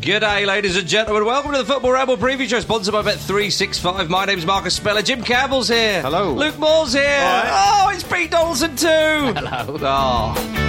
G'day, ladies and gentlemen. Welcome to the Football Ramble Preview Show, sponsored by Bet365. My name's Marcus Speller. Jim Campbell's here. Hello. Luke Moore's here. Hi. Oh, it's Pete Donaldson too. Hello. Oh.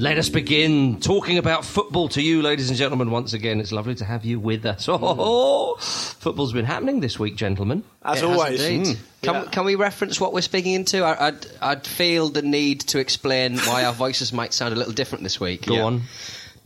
Let us begin talking about football to you, ladies and gentlemen. Once again, it's lovely to have you with us. Oh, football's been happening this week, gentlemen. As It has always. indeed. Mm. Can, Yeah. can we reference what we're speaking into? I, I'd, I'd feel the need to explain why our voices might sound a little different this week. Go on.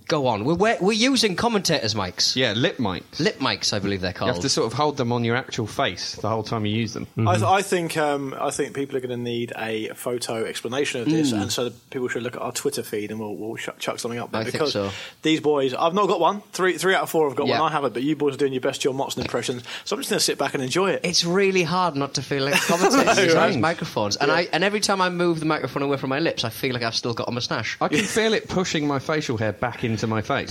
Go on. We're, we're, we're using commentators' mics. Yeah, lip mics. Lip mics, I believe they're You called. have to sort of hold them on your actual face the whole time you use them. I, th- I think um, I think people are going to need a photo explanation of this, and so people should look at our Twitter feed, and we'll, we'll chuck, chuck something up there I think because so. these boys, I've not got one. Three three out of four have got Yeah. one. I haven't, but you boys are doing your best John Motson impressions, so I'm just going to sit back and enjoy it. It's really hard not to feel like commentators I know, with right? those microphones. And, I, and every time I move the microphone away from my lips, I feel like I've still got a moustache. I can feel it pushing my facial hair back into my face.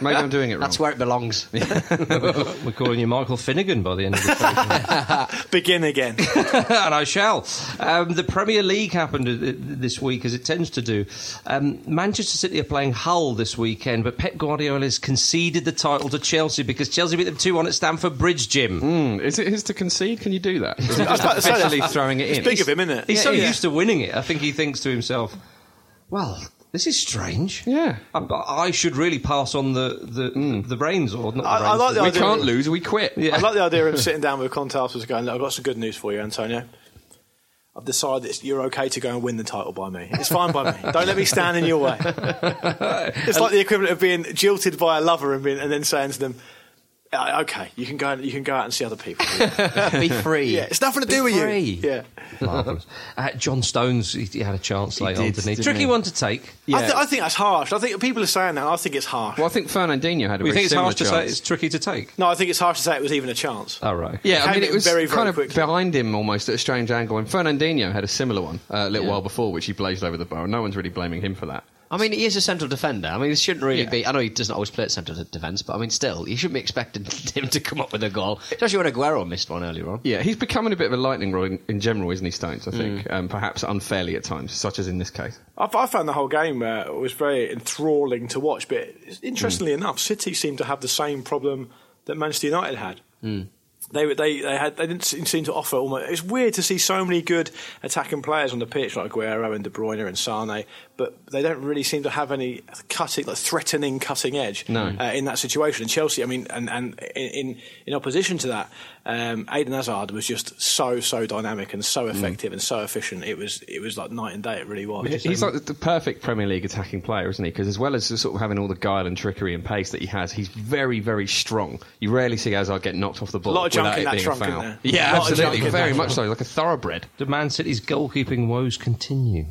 Maybe I'm doing it wrong. That's where it belongs. We're calling you Michael Finnegan by the end of the show. Begin again. and I shall. Um, the Premier League happened uh, this week, as it tends to do. Um, Manchester City are playing Hull this weekend, but Pep Guardiola has conceded the title to Chelsea because Chelsea beat them 2 1 at Stamford Bridge, Jim. Mm, Is it his to concede? Can you do that? Is it I was just about to say, officially that's- throwing it it's in? big of him, isn't it? He's so yeah. used to winning it, I think he thinks to himself, well, this is strange. Yeah. Mm. I, I should really pass on the, the, the reins, or not I- the I reins, like the We idea- can't lose, we quit. I like the idea of sitting down with Conte afterwards going, Look, I've got some good news for you, Antonio. I've decided it's, you're okay to go and win the title by me. It's fine by me. Don't let me stand in your way. It's like the equivalent of being jilted by a lover and, being, and then saying to them, "Uh, "Okay, you can go. You can go out and see other people. yeah, Be free. it's nothing to do with free. you. Yeah, Marvellous. Uh, John Stones, he, he had a chance later on, did, didn't he? didn't Tricky he? one to take. I, th- I think that's harsh. I think people are saying that. I think it's harsh. Well, I think Fernandinho had a We very Oh, think it's similar harsh to say chance. it's tricky to take. No, I think it's harsh to say it was even a chance. All right. Yeah, I Came mean, in it was very, very kind of quickly. behind him almost at a strange angle. And Fernandinho had a similar one uh, a little while before, which he blazed over the bar. And no one's really blaming him for that. I mean, he is a central defender. I mean, he shouldn't really Yeah. be. I know he doesn't always play at central defence, but I mean, still, you shouldn't be expecting him to come up with a goal, especially when Aguero missed one earlier on. Yeah, he's becoming a bit of a lightning rod in, in general, isn't he, Stones? I Mm. think, um, perhaps unfairly at times, such as in this case. I, I found the whole game uh, was very enthralling to watch. But interestingly enough, City seemed to have the same problem that Manchester United had. They, were- they they had they didn't seem seem to offer almost. It's weird to see so many good attacking players on the pitch like Aguero and De Bruyne and Sane, but they don't really seem to have any cutting, like threatening cutting edge uh, in that situation. And Chelsea, I mean, and and in in, in opposition to that, um, Aiden Hazard was just so so dynamic and so effective and so efficient. It was it was like night and day. It really was. He's like the, the perfect Premier League attacking player, isn't he? Because as well as the sort of having all the guile and trickery and pace that he has, he's very, very strong. You rarely see Hazard get knocked off the ball A lot of junk without in it that being trunk, a isn't foul. there? Yeah, A lot of absolutely, junk in very that much so, like a thoroughbred. Do Man City's goalkeeping woes continue?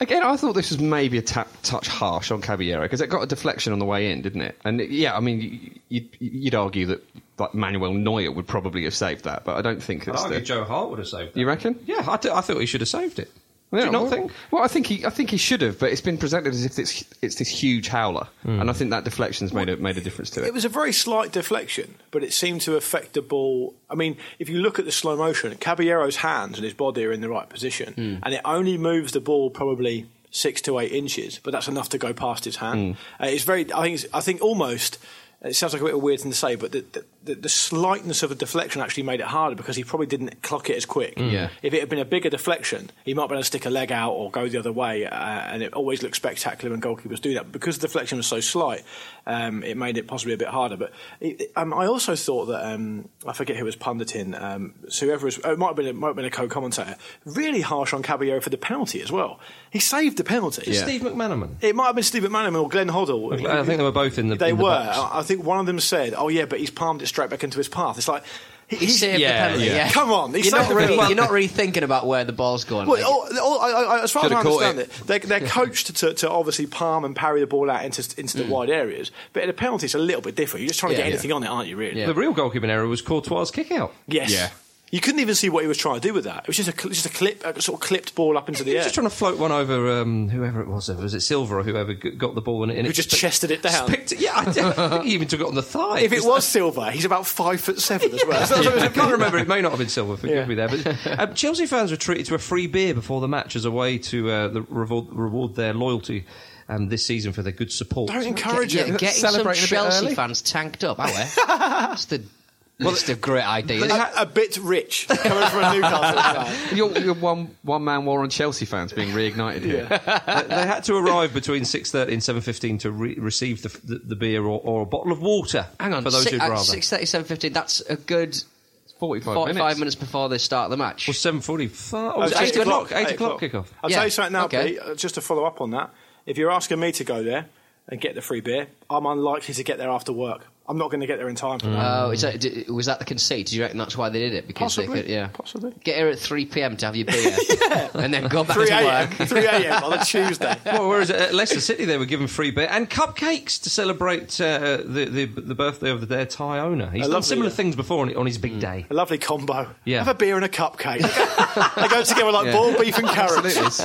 Again, I thought this was maybe a tap, touch harsh on Caballero because it got a deflection on the way in, didn't it? And it- yeah, I mean, you'd, you'd argue that like Manuel Neuer would probably have saved that, but I don't think it's. the- Joe Hart would have saved You reckon? Yeah, I, th- I thought he should have saved it. Do Yeah, you not well, think? Well, I think he, I think he should have, but it's been presented as if it's it's this huge howler, Hmm. and I think that deflection's made a, made a difference to it. It was a very slight deflection, but it seemed to affect the ball. I mean, if you look at the slow motion, Caballero's hands and his body are in the right position, Hmm. and it only moves the ball probably Hmm. six to eight inches, but that's enough to go past his hand. Uh, it's very, I think, it's, I think almost. It sounds like a bit of a weird thing to say, but the, the- the, the slightness of a deflection actually made it harder because he probably didn't clock it as quick. Mm. Yeah. If it had been a bigger deflection, he might have been able to stick a leg out or go the other way, uh, and it always looked spectacular when goalkeepers do that. But because the deflection was so slight, um, it made it possibly a bit harder. But it, um, I also thought that um, I forget who was punditing, um, so whoever was, oh, it might have been it might have been a co-commentator, really harsh on Caballero for the penalty as well. He saved the penalty. Steve McManaman. It might have been Steve McManaman or Glenn Hoddle. I think they were both in the- They in the were. Oh, box. I I think one of them said, "Oh yeah, but he's palmed it straight back into his path." It's like he- He he's- saved yeah, the penalty. yeah. Yeah. Come on, he you're saved not the really penalty. you're not really thinking about where the ball's going. Well, oh, like- all, all, I, I, as far as I Should've caught understand it. it, they're, they're coached to, to obviously palm and parry the ball out into, into the wide areas. But in a penalty, it's a little bit different. You're just trying to Yeah, get yeah. anything on it, aren't you? Really? Yeah. The real goalkeeping error was Courtois' kick out. Yes. Yeah. You couldn't even see what he was trying to do with that. It was just a cl- just a clip, a sort of clipped ball up into He the was air. just trying to float one over um, whoever it was. Was it Silver or whoever g- got the ball in it? And Who it just spe- chested it down. specta- yeah, I, did. I think he even took it on the thigh. if it It's was Silva, he's about five foot seven as well. like- I can't remember. It may not have been silver. Forgive Yeah. me there. But um, Chelsea fans were treated to a free beer before the match as a way to uh, the reward, reward their loyalty um, this season for their good support. Don't encourage yeah, it. getting some Celebrating a bit Chelsea early. fans tanked up. Are That's the list of great ideas. a, a bit rich coming from a Newcastle fan. Your, your one one man war on Chelsea fans being reignited here. they they had to arrive between 6.30 and 7.15 to re- receive the, the, the beer or, or a bottle of water Hang on, for uh, those si- who'd at uh, rather. 6:37, 15, That's a good 45, 45 minutes. minutes. before they start the match. Or 7.45. Or Oh, was it's it 8 o'clock. 8 o'clock kickoff. I'll Yeah. tell you something now, Okay. Pete, uh, just to follow up on that. If you're asking me to go there and get the free beer, I'm unlikely to get there after work. I'm not going to get there in time for that. Oh, is that, d- was that the conceit? Do you reckon that's why they did it? Because Possibly, they could, yeah, possibly. Get here at three p.m. to have your beer, and then go back 3 to a.m. work. 3 a.m. on a Tuesday. Well, whereas at Leicester City they were given free beer and cupcakes to celebrate uh, the, the the birthday of their Thai owner. He's A done lovely, similar yeah. things before on, on his big day. A lovely combo. Yeah. Have a beer and a cupcake. they go together like boiled beef and carrots.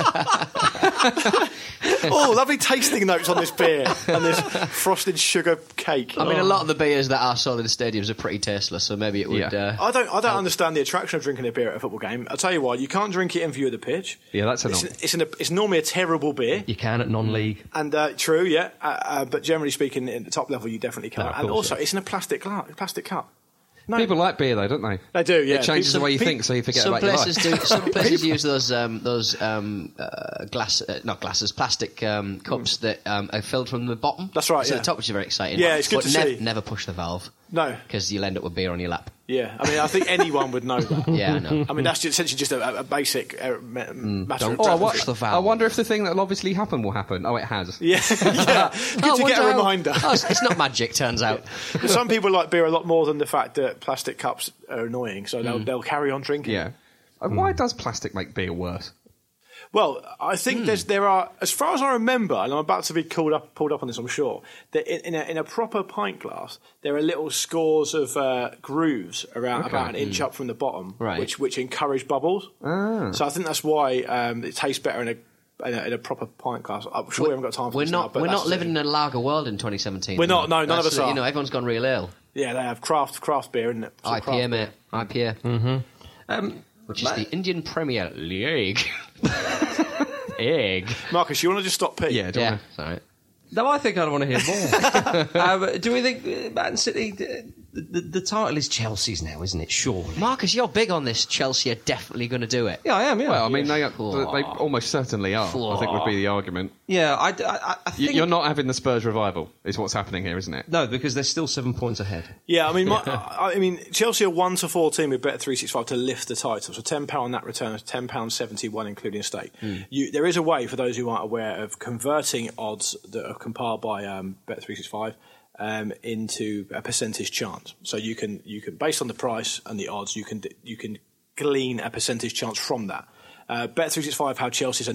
oh, lovely tasting notes on this beer and this frosted sugar cake. I mean, a Oh. lot of the beers that are sold in stadiums are pretty tasteless, so maybe it would. Yeah. Uh, I don't. I don't understand the attraction of drinking a beer at a football game. I'll tell you why. You can't drink it in view of the pitch. Yeah, that's a it's, knock. it's, an, it's normally a terrible beer. You can at non-league. And uh, true, yeah. Uh, uh, but generally speaking, at the top level, you definitely can't. No, of and course, also, yeah. it's in a plastic gla- plastic cup. No, People like beer, though, don't they? They do, yeah. It changes People- the way you pe- think, so you forget some about your places life. do. Some places use those um, those um, uh, glass, uh, not glasses, plastic um, cups that um, are filled from the bottom. Mm. That's right, So yeah. the top, which is very exciting. Yeah, it's good but to see. Never push the valve. No. because you'll end up with beer on your lap. yeah. I mean, I think anyone would know that. Yeah, I know. I mean, that's just, essentially just a, a basic uh, ma- matter of Oh, I preference. watched the valve. Mm, I wonder if the thing that'll obviously happen will happen. Oh, it has. Yeah, yeah. Good Oh, to get a wonder how- reminder. Oh, it's, it's not magic, turns out. Some people like beer a lot more than the fact that plastic cups are annoying, so they'll, they'll carry on drinking. Mm. Yeah. Hmm. And Why does plastic make beer worse? Well, I Hmm. think there's, there are, as far as I remember, and I'm about to be called up, pulled up on this, I'm sure, that in, in, a, in a proper pint glass, there are little scores of uh, grooves around about an inch up from the bottom, Hmm. Right. Ah. which, which encourage bubbles. So I think that's why um, it tastes better in a, in a, in a proper pint glass. I'm sure we haven't got time for We're this now, not. but we're that's not living in a lager world in 2017. We're not, no, none of That's- us are. You know, everyone's gone real ale. Yeah, they have craft, craft beer, isn't it? It's all craft beer. IPA, mate. IPA, Um, which is the Indian Premier League. Egg. Marcus, you want to just stop Pete? Yeah, don't Yeah, know. sorry. no, I think I'd want to hear more. um, do we think uh, Man City? The, the, the title is Chelsea's now, isn't it? Surely. Marcus, you're big on this. Chelsea are definitely going to do it. Yeah, I am. Yeah. Well, I mean, they, Flaw. they almost certainly are, I think would be the argument. yeah. I, I, I You- think You're not having the Spurs revival, is what's happening here, isn't it? No, because they're still seven points ahead. Yeah, I mean, my, I I mean, Chelsea are one to fourteen with bet three six five to lift the title. So ten pound that returns ten pound seventy one, including a stake. You, there is a way for those who aren't aware of converting odds that are compiled by um, bet three six five um, into a percentage chance. So you can you can based on the price and the odds, you can d- you can glean a percentage chance from that. Uh, Bet365 have Chelsea's a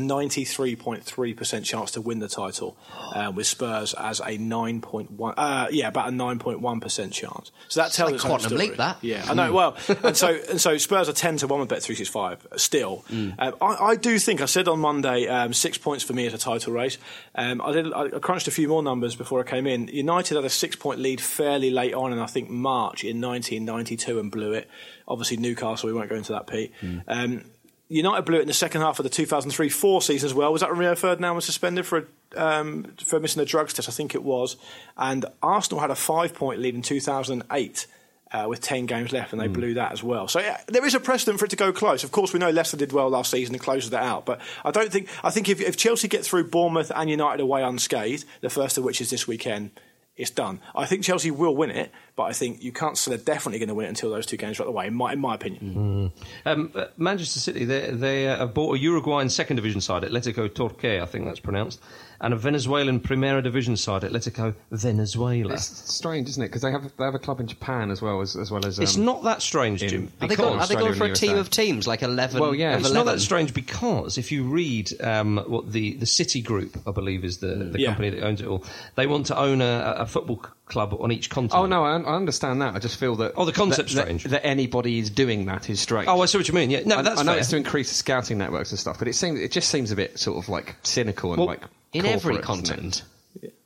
93.3% chance to win the title, uh, with Spurs as a 9.1, uh, yeah, about a 9.1% chance. So that tells us like its own quantum story. leap, that. Yeah, I know. Well, and so and so Spurs are 10 to 1 with Bet365 still. Um, I, I do think, I said on Monday, um, six points for me as a title race. Um, I, did, I I crunched a few more numbers before I came in. United had a six point lead fairly late on, and I think March in 1992 and blew it. Obviously, Newcastle, we won't go into that, Pete. Um, United blew it in the second half of the 2003-4 season as well. Was that when Rio Ferdinand was suspended for a, um, for missing a drugs test? I think it was. And Arsenal had a five-point lead in 2008 uh, with 10 games left, and they Hmm. blew that as well. So yeah, there is a precedent for it to go close. Of course, we know Leicester did well last season and closed that out. But I don't think I think if, if Chelsea get through Bournemouth and United away unscathed, the first of which is this weekend. It's done. I think Chelsea will win it, but I think you can't say they're definitely going to win it until those two games are out of the way. In my, in my opinion, Hmm. Um, uh, Manchester City, they, they uh, have bought a Uruguayan second division side, Atletico Torque, I think that's pronounced, and a Venezuelan Primera Division side, Atletico Venezuela. It's It's, strange, isn't it? Because they have they have a club in Japan as well as as well as. um, not that strange, Jim. in- Are they, going, are they Australia going for a and team USA. of teams like eleven? Well, yeah, of It's not 11? that strange because if you read um, what the, the City Group, I believe, is the, the Yeah. company that owns it all, they want to own a, a football c- club on each continent. Oh no, I, un- I understand that. I just feel that. Oh, the concept's that, that- strange. That, anybody is doing that is strange. Oh, I see what you mean. Yeah, no, I, that's I know fair. it's to increase the scouting networks and stuff, but it seems it just seems a bit sort of like cynical and Well, like in every corporate, doesn't it? continent.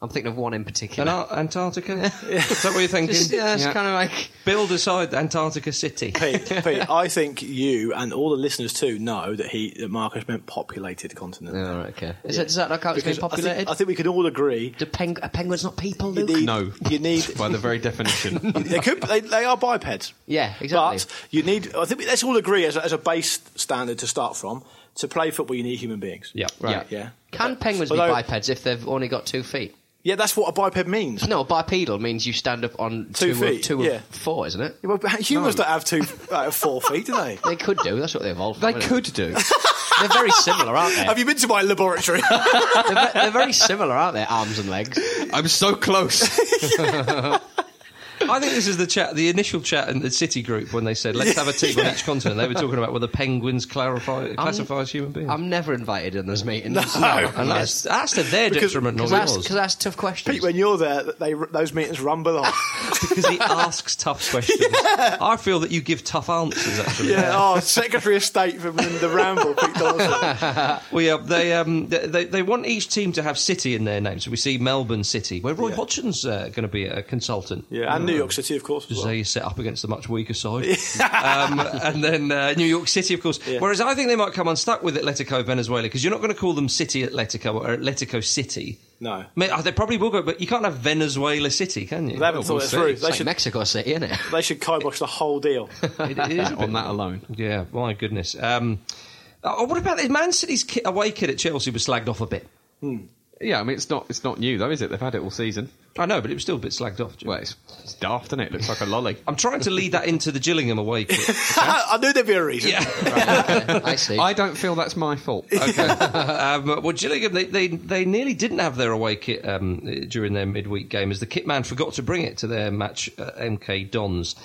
I'm thinking of one in particular. And Ar- Antarctica? Is that what you're thinking? Just, yeah, it's Yeah. kind of like Build aside Antarctica City. Pete, Pete, I think you and all the listeners too know that he that Marcus meant populated continent. Yeah, all right, okay. Is that, does that not count as being Because I think- I populated? think, we can all agree. Do peng- are penguins not people, You Luke? need, No. you need. by the very definition. they could. They, they are bipeds. Yeah, exactly. But you need. I think we- let's all agree as a, as a base standard to start from. To play football, you need human beings. Yeah, Right. Yeah. Can penguins Although- be bipeds if they've only got two feet? Yeah, that's what a biped means. No, bipedal means you stand up on Two two, feet, of, two yeah. of four, isn't it? Well, humans don't have two, uh, four feet, do they? They could do. That's what they evolved. they from, isn't could it? do. They're very similar, aren't they? Have you been to my laboratory? they're, ve- they're very similar, aren't they? Arms and legs. I'm so close. I think this is the chat, the initial chat in the City group when they said, "Let's have a team on each continent." They were talking about whether penguins clarify, Um, classify as human beings. I'm never invited in those meetings. Oh, and that's, that's to their Because- detriment, not Because that's, yours. 'cause that's tough questions. Pete, when you're there, they, those meetings rumble on. Because he asks tough questions. I feel that you give tough answers. Actually, yeah, oh, Secretary of State from the Ramble, Pete Donaldson. Well, yeah, they, um, they- they they want each team to have City in their name. So we see Melbourne City, where Roy Yeah. Hodgson's uh, going to be a consultant. Yeah, and New York City, of course. As Because well. they set up against the much weaker side. um, and then uh, New York City, of course. Whereas I think they might come unstuck with Atletico Venezuela because you're not going to call them City Atletico or Atletico City. No. May- oh, They probably will go, but you can't have Venezuela City, can you? They haven't thought it through. They like should, Mexico City, isn't it? they should kibosh the whole deal. It- it is a bit- on that alone. Yeah, my goodness. Um, oh, what about this? Man City's ki away kid at Chelsea was slagged off a bit. Yeah, I mean it's not it's not new though, is it? They've had it all season. I know, but it was still a bit slagged off. Jim. Well, it's, it's daft, isn't it? Looks like a lolly. I'm trying to lead that into the Gillingham away kit. I knew there'd be a reason. I see. I don't feel that's my fault. Um, well, Gillingham, they, they, they nearly didn't have their away kit um, during their midweek game as the kit man forgot to bring it to their match at MK Dons.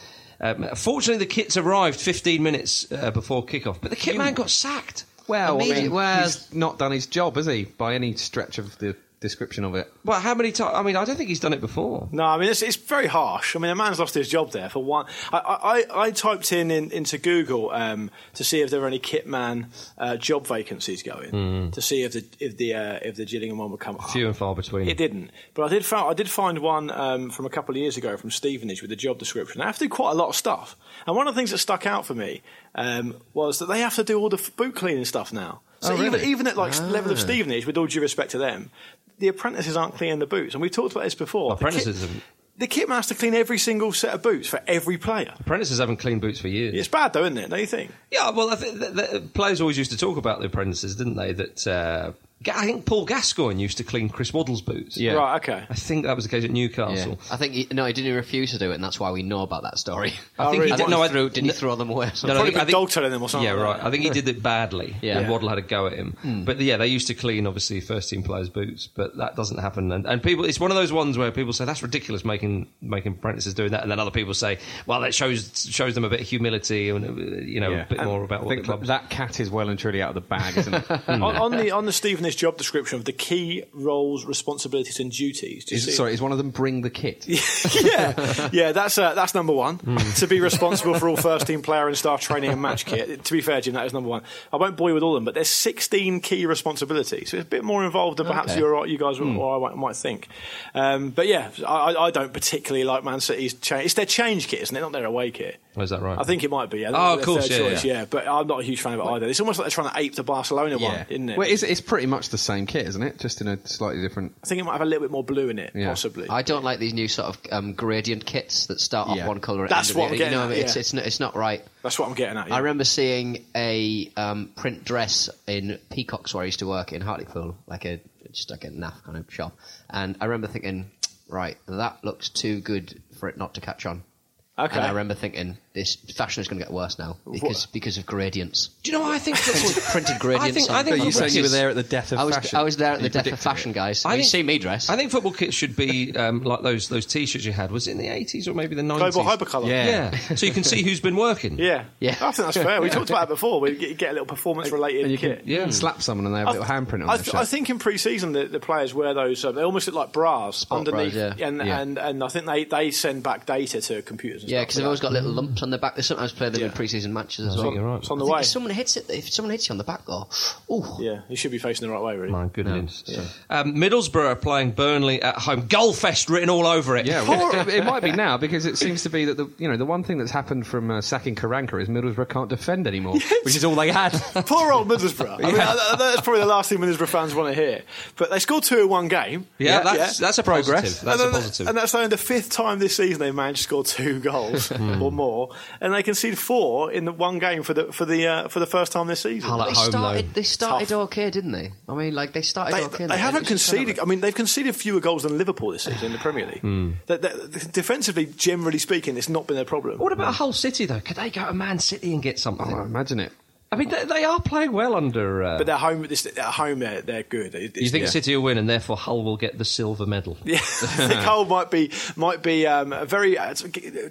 Um, fortunately, the kits arrived 15 minutes uh, before kickoff, but the kit man got sacked. Well, I Immediate- mean, well- he's not done his job, has he? By any stretch of the description of it. Well, how many times? I mean, I don't think he's done it before. No, I mean it's, it's very harsh. I mean, a man's lost his job there for one. I, I, I- I typed in, in into Google um, to see if there were any kitman uh, job vacancies going to see if the if the uh, if the Gillingham one would come up. Mm. Few and far between. It didn't, but I did found, I did find one um, from a couple of years ago from Stevenage with the job description. They have to do quite a lot of stuff, and one of the things that stuck out for me um, was that they have to do all the f- boot cleaning stuff now. Oh, So even even at like Ah. level of Stevenage, with all due respect to them, the apprentices aren't cleaning the boots, and we've talked about this before. The kit- apprentices haven't. the kit man has to clean every single set of boots for every player. Apprentices haven't cleaned boots for years. It's bad though, isn't it? Don't you think? Yeah, well, I think that, that players always used to talk about the apprentices, didn't they? That uh, I think Paul Gascoigne used to clean Chris Waddle's boots. Yeah. Right. Okay. I think that was the case at Yeah. Newcastle. I think he, no, he didn't refuse to do it, and that's why we know about that story. I think really? he did. What No, he I, threw, did he no- throw them away? or No, something? no, I Probably think, I put think, dog telling them or something Yeah, like right. that. I think he did it badly. Yeah. Hmm. And Waddle had a go at him. But yeah, they used to clean obviously first team players' boots, but that doesn't happen. And, and people, it's one of those ones where people say that's ridiculous making making apprentices doing that, and then other people say, well, that shows shows them a bit of humility and uh, you know a bit more about I what the think club's. that cat is well and truly out of the bag, isn't it? on, on the on the Stevenage his job description of the key roles, responsibilities, and duties. Do you Is, see- sorry, is one of them bring the kit? yeah, yeah, that's uh, that's number one. Hmm. To be responsible for all first team player and staff training and match kit. To be fair, Jim, that is number one. I won't bore you with all of them, but there's 16 key responsibilities. So it's a bit more involved than perhaps Okay. you're, you guys Hmm. or I might, might think. Um, but yeah, I, I- I don't particularly like Man City's change. It's their change kit, isn't it? Not their away kit. Oh, is that right? I think it might be. I think Oh, it's of their course, third yeah, choice, yeah. But I'm not a huge fan of it either. It's almost like they're trying to ape the Barcelona one, isn't it? Well, it's, it's pretty much the same kit, isn't it? Just in a slightly different. I think it might have a little bit more blue in it, Yeah. possibly. I don't like these new sort of um, gradient kits that start off Yeah. one colour. and That's end with what I'm the- getting You know, at, it's, yeah. it's, not, it's not right. That's what I'm getting at. yeah. I remember seeing a um, print dress in Peacock's where I used to work in Hartlepool, like a just like a naff kind of shop, and I remember thinking, right, that looks too good for it not to catch on. Okay. And I remember thinking, this fashion is going to get worse now because because of gradients. Do you know what I think? Printed, printed gradients. I think, on I think But you football said you were kits- there at the death of I was, fashion. I was there at You the death of predicted it. fashion, guys. I you think- see me dress. I think football kits should be um, like those those T-shirts you had. Was it in the eighties or maybe the nineties? Global hypercolour. Yeah. Yeah. so you can see who's been working. Yeah, Yeah. I think that's fair. We talked about it before. We get get a little performance-related And you kit. can yeah. slap someone and they have a I, little handprint on I, their th- shirt. I think in pre-season the, the players wear those. Um, they almost look like bras underneath, bras, yeah. And, Yeah. and and I think they, they send back data to computers. And Yeah, stuff because they've always got little lumps on their back. They sometimes play them in Yeah. preseason matches as well. you're right. It's on the I think way. If someone hits it, if someone hits you on the back, though, oh, yeah, you should be facing the right way, really. My goodness. Um, Middlesbrough are playing Burnley at home. Goalfest written all over it. Yeah, well, it, it might be now because it seems to be that the you know the one thing that's happened from uh, sacking Karanka is Middlesbrough can't defend anymore, which is all they had. Poor old Middlesbrough. I mean, I- I- that's probably the last thing Middlesbrough fans want to hear. But they scored two in one game. Yeah, that's- that's a progress. That's a and then- positive. And that's only the fifth time this season they've managed to score two goals Hmm. or more, and they conceded four in the one game for the for the uh, for the first time this season. Hull at they home, started. though. They started okay, didn't they? I mean, like they started They, okay. they haven't It's just kind of- conceded. I mean, they've conceded fewer goals than Liverpool this season in the Premier League. Hmm. That- that- defensively, generally speaking, it's not been a problem. What about Hull City though? Could they go to Man City and get something? Oh, imagine it. I mean, they, they are playing well under. Uh, But they're home. This, at home, they're, they're good. It- you it's- think yeah. City will win, and therefore Hull will get the silver medal. Yeah, I think Hull might be might be um, a very uh,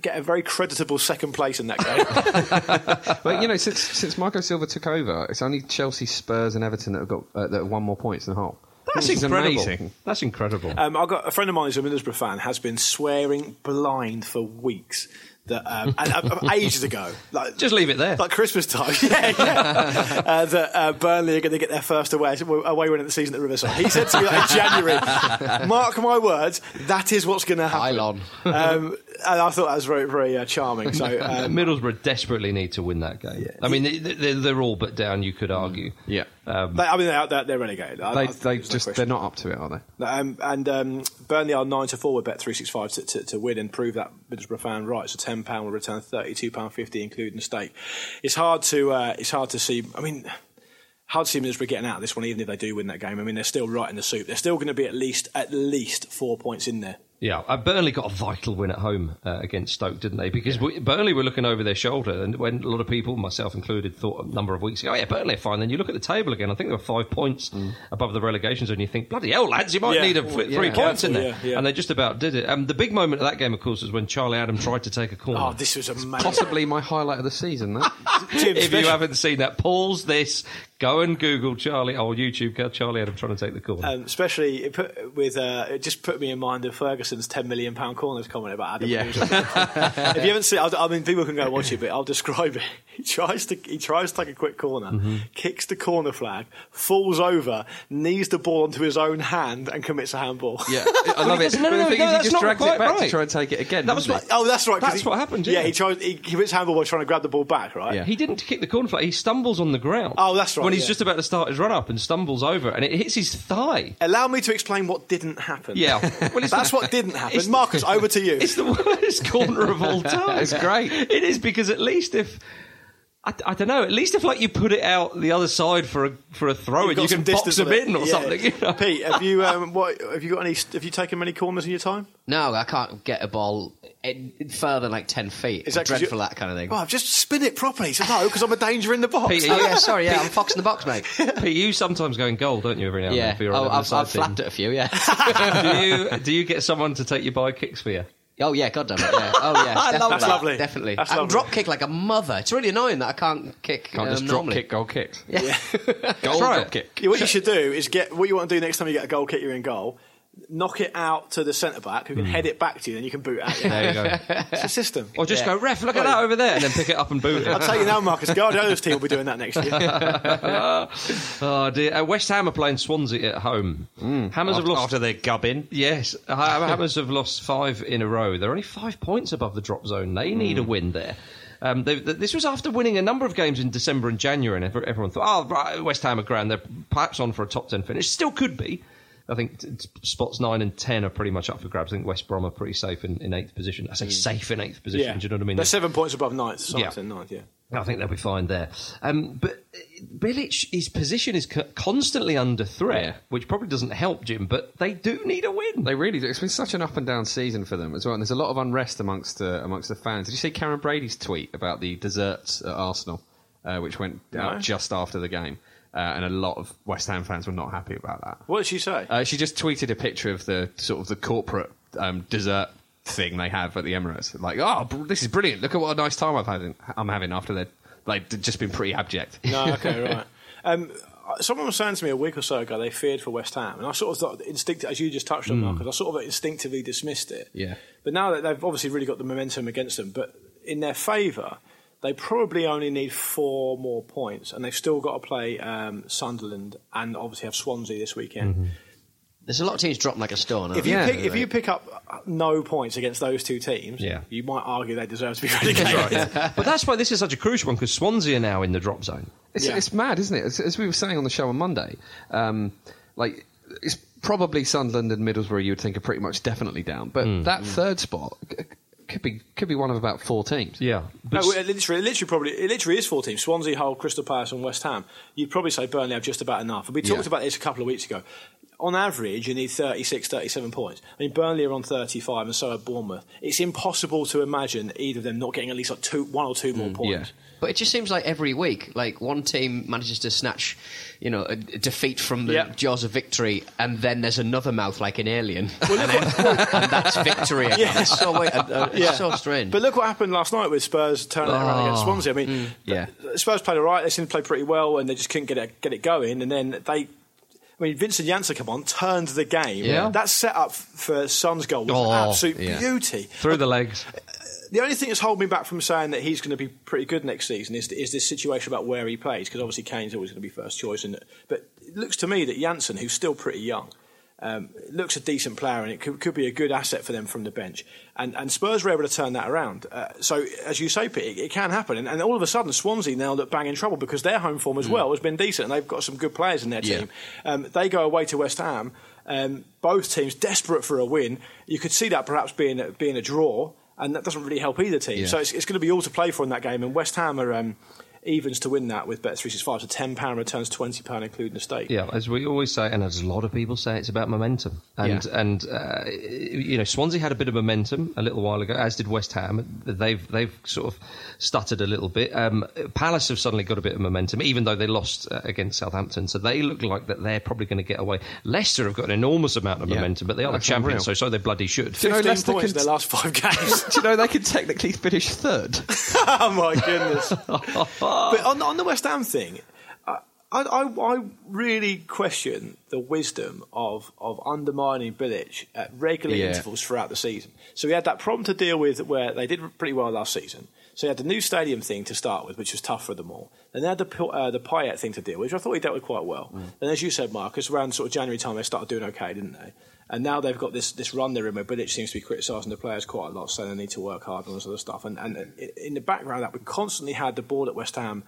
get a very creditable second place in that game. But you know, since since Marco Silva took over, it's only Chelsea, Spurs, and Everton that have got uh, that have won more points than Hull. That's Which is incredible. amazing. That's incredible. um, I've got a friend of mine who's a Middlesbrough fan has been swearing blind for weeks. That um, and, uh, ages ago, like Just leave it there. like Christmas time. yeah, yeah. uh, that uh, Burnley are going to get their first away away win of the season at Riverside. He said to me like, in January, "Mark my words, that is what's going to happen." Pylon. um, and I thought that was very very uh, charming. So Uh, um, Middlesbrough desperately need to win that game. I mean, they, they, they're all but down. You could argue. Yeah. Um, they, I mean, they're, they're, they're relegated. I- I They, think they there's no just question. they're not up to it, are they? Um, and um, Burnley are nine to four with Bet three six five to, to, to win and prove that Middlesbrough fan right. So ten pound will return thirty two pound fifty, including the stake. It's hard to uh, it's hard to see. I mean. Hard to see Middlesbrough getting out of this one, even if they do win that game. I mean, they're still right in the soup. They're still going to be at least at least four points in there. Yeah, uh, Burnley got a vital win at home uh, against Stoke, didn't they? Because we, Burnley were looking over their shoulder, and when a lot of people, myself included, thought a number of weeks ago, "Oh yeah, Burnley are fine." Then you look at the table again. I think there were five points above the relegation zone. You think, "Bloody hell, lads, you might Mm. Yeah. need a, f- Well, yeah. three points in there," Yeah, yeah. and they just about did it. Um, the big moment of that game, of course, was when Charlie Adam tried to take a corner. Oh, this was amazing. Possibly my highlight of the season. That Jim, if you special- haven't seen that, pause this. Go and Google Charlie or YouTube Charlie Adam trying to take the corner. um, especially it put with uh, it just put me in mind of Ferguson's ten million pound corners comment about Adam. Yeah. Williams. if you haven't seen, I'll, I mean, people can go watch it, but I'll describe it. He tries to he tries to take a quick corner, Mm-hmm. kicks the corner flag, falls over, knees the ball onto his own hand, and commits a handball. yeah, I love it. No, no, But the no, thing no, is, that's he not just drags quite it back right. to try and take it again. That was doesn't what- he? Oh, that's right. 'cause That's he- what happened, Yeah, yeah. he tries. He commits a handball by trying to grab the ball back. Right. Yeah. He didn't kick the corner flag. He stumbles on the ground. Oh, that's right, When he's yeah. just about to start his run up and stumbles over, and it hits his thigh. Allow me to explain what didn't happen. Yeah. Well, it's that's the- what didn't it's happen. the- Marcus, over to you. It's the worst corner of all time. It's great. It is because at least if. I, don't know. At least if like you put it out the other side for a for a throw, and You've you got some can box distance him on it. in or Yeah. something. You know? Pete, have you um, what have you got any? Have you taken many corners in your time? No, I can't get a ball in, in further than like ten feet. Is that 'cause dreadful you- that kind of thing? Well, Oh, just spin it properly. So no, because I'm a danger in the box. Pete, oh yeah, sorry, yeah, I'm fox in the box, mate. Pete, you sometimes go in goal, don't you? Every now and then yeah, for your oh, eleven I've, side I've team? flapped at a few. Yeah, do you do you get someone to take your by kicks for you? Oh yeah, goddamn it! Yeah. Oh yeah, I love definitely. that. Lovely. Definitely, That's I can lovely. drop kick like a mother. It's really annoying that I can't kick. Can't um, just drop normally. kick, goal kick. Yeah. Goal Try drop it. kick. Yeah, what you should do is get what you want to do next time you get a goal kick, you're in goal. Knock it out to the centre back who can head it back to you, then you can boot out. Hmm. There you go. It's a system. Or Oh, just Yeah. go, ref, look at that over there, and then pick it up and boot I'll it. tell you now, Marcus Guardiola's team will be doing that next year. oh, dear. Uh, West Ham are playing Swansea at home. Hammers have After, lost. after their gubbing. Yes, Ha- Hammers have lost five in a row. They're only five points above the drop zone. They need a win there. Um, they, th this was after winning a number of games in December and January, and ev- everyone thought, oh, right, West Ham are grand. They're perhaps on for a top 10 finish. Still could be. I think t- t- spots 9 and 10 are pretty much up for grabs. I think West Brom are pretty safe in, in eighth position. I say Mm. safe in eighth position, yeah, do you know what I mean? They're seven points above ninth, so Yeah. it's in ninth, yeah. I think they'll be fine there. Um, but uh, Bilic, his position is co- constantly under threat, Yeah. which probably doesn't help Jim, but they do need a win. They really do. It's been such an up and down season for them as well, and there's a lot of unrest amongst the amongst the fans. Did you see Karen Brady's tweet about the desserts at Arsenal, uh, which went out just after the game, uh, and a lot of West Ham fans were not happy about that. What did she say? Uh, she just tweeted a picture of the sort of the corporate um, dessert thing they have at the Emirates. Like, oh, br- this is brilliant! Look at what a nice time I've having. I'm having after they like they've just been pretty abject. No, okay, right. Um, someone was saying to me a week or so ago they feared for West Ham, and I sort of thought instinctively, as you just touched on, Marcus, I sort of instinctively dismissed it. Yeah. But now that they've obviously really got the momentum against them, but in their favour, they probably only need four more points, and they've still got to play um, Sunderland and obviously have Swansea this weekend. There's a lot of teams dropping like a stone. aren't If you there? pick, if you pick up no points against those two teams, Yeah. you might argue they deserve to be relegated. but that's why this is such a crucial one because Swansea are now in the drop zone. It's, Yeah. it's mad, isn't it? As, as we were saying on the show on Monday, um, like it's probably Sunderland and Middlesbrough you would think are pretty much definitely down, but Hmm. that third spot c- could be could be one of about four teams. Yeah, No, well, it literally, it literally, probably, it literally is four teams: Swansea, Hull, Crystal Palace, and West Ham. You'd probably say Burnley have just about enough. And we talked Yeah. about this a couple of weeks ago. On average, you need 36, 37 points. I mean, Burnley are on 35, and so are Bournemouth. It's impossible to imagine either of them not getting at least like two, one or two more Mm, yeah. points. But it just seems like every week, like one team manages to snatch, you know, a, a defeat from the Yep. jaws of victory, and then there's another mouth like an alien, Well, look what- and that's victory. Again. Yeah. It's so weird. Uh, it's Yeah. so strange. Oh. Mm. But look what happened last night with Spurs turning it around against Swansea. I mean, yeah. th- Spurs played all right. They seemed to play pretty well, and they just couldn't get it get it going. And then they. I mean, Vincent Janssen come on, turned the game. Yeah. That set up for Son's goal was Oh, an absolute yeah. beauty. through the legs. The only thing that's holding me back from saying that he's going to be pretty good next season is, is this situation about where he plays, because obviously Kane's always going to be first choice. And but it looks to me that Janssen, who's still pretty young, um, looks a decent player, and it could, could be a good asset for them from the bench. And and Spurs were able to turn that around. Uh, so as you say, Pete, it, it can happen. And, and all of a sudden, Swansea now look bang in trouble because their home form as well has been decent, and they've got some good players in their Mm. Yeah. team. Um, they go away to West Ham. Um, both teams desperate for a win. You could see that perhaps being being a draw, and that doesn't really help either team. Yeah. So it's, it's going to be all to play for in that game. And West Ham are um, evens to win that with bet three six five. So ten pound returns twenty pound including the stake. Yeah, as we always say, and as a lot of people say, it's about momentum. And Yeah. and uh, you know, Swansea had a bit of momentum a little while ago, as did West Ham. They've they've sort of stuttered a little bit. Um, Palace have suddenly got a bit of momentum, even though they lost uh, against Southampton, so they look like that they're probably going to get away. Leicester have got an enormous amount of Yeah. momentum, but they are the That's unreal. champions, so so they bloody should. you know Fifteen Leicester points in can- their last five games. Do you know they could technically finish third? oh my goodness! but on, on the West Ham thing, I, I, I I really question the wisdom of of undermining Bilic at regular Yeah. intervals throughout the season. So we had that problem to deal with where they did pretty well last season. So you had the new stadium thing to start with, which was tough for them all. Then they had the Pil- uh, the Payet thing to deal with, which I thought he dealt with quite well. Then, as you said, Marcus, around sort of January time, they started doing okay, didn't they? And now they've got this, this run they're in where Bilic seems to be criticising the players quite a lot, saying they need to work hard and all this other stuff. And, and i- in the background, of that we constantly had the ball at West Ham.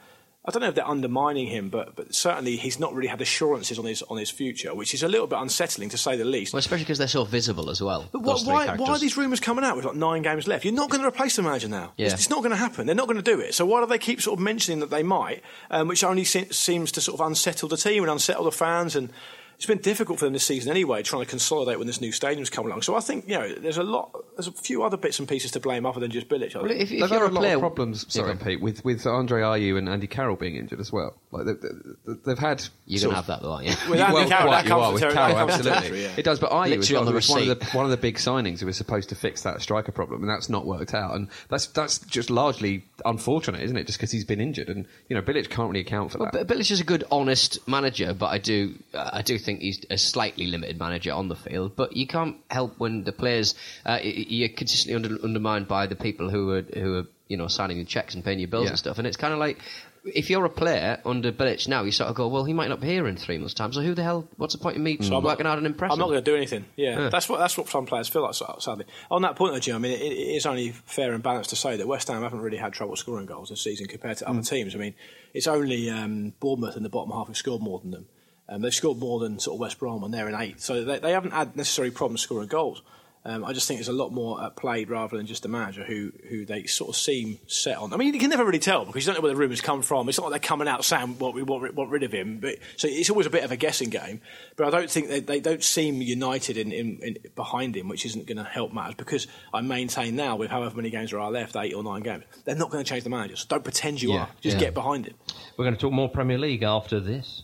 I don't know if they're undermining him, but, but certainly he's not really had assurances on his on his future, which is a little bit unsettling to say the least. well, especially because they're so visible as well. But what, those three why, why are characters. these rumours coming out with like nine games left? You're not going to replace the manager now. Yeah. It's, it's not going to happen. They're not going to do it. So why do they keep sort of mentioning that they might, um, which only se- seems to sort of unsettle the team and unsettle the fans and. it's it's been difficult for them this season anyway, trying to consolidate when this new stadium's come along. So I think you know there's a lot, there's a few other bits and pieces to blame other than just Bilic. I think. if, They've if you're had a a lot player, of problems. Yeah, go Sorry, on. Pete, with with Andre Ayew and Andy Carroll being injured as well. Like they, they, they've had. You're sort gonna of- have that, though, aren't you? With Andy well, Carroll, quite, that you comes are with with terri- Carrow, that comes with absolutely. territory, yeah. It does, but Ayew as Literally well, on the who was one of the receipt. one of the big signings who was supposed to fix that striker problem, and that's not worked out. And that's that's just largely unfortunate, isn't it? Just because he's been injured, and you know, Bilic can't really account for that. But Billich is a good, honest manager, but I do, I do think he's a slightly limited manager on the field. But you can't help when the players, uh, y- y- you're consistently under, undermined by the people who are, who are, you know, signing the checks and paying your bills Yeah. and stuff. And it's kind of like, if you're a player under Bilic now, you sort of go, well, he might not be here in three months' time. So who the hell? What's the point of me Mm. I'm not- working hard and impressing? I'm not going to do anything. Yeah, that's what that's what some players feel like. so- Sadly, on that point, though, Jim, I mean, it, it is only fair and balanced to say that West Ham haven't really had trouble scoring goals this season compared to other teams. I mean, it's only um, Bournemouth in the bottom half who scored more than them. Um, they've scored more than sort of West Brom, and they're in eight, so they, they haven't had necessarily problems scoring goals. Um, I just think there's a lot more at play rather than just the manager who who they sort of seem set on. I mean, you can never really tell because you don't know where the rumours come from. It's not like they're coming out saying what we want, want rid of him, but so it's always a bit of a guessing game. But I don't think they, they don't seem united in, in, in behind him, which isn't going to help matters because I maintain now with however many games there are left, eight or nine games, they're not going to change the manager. So don't pretend you Yeah, are. Just yeah. get behind him. We're going to talk more Premier League after this.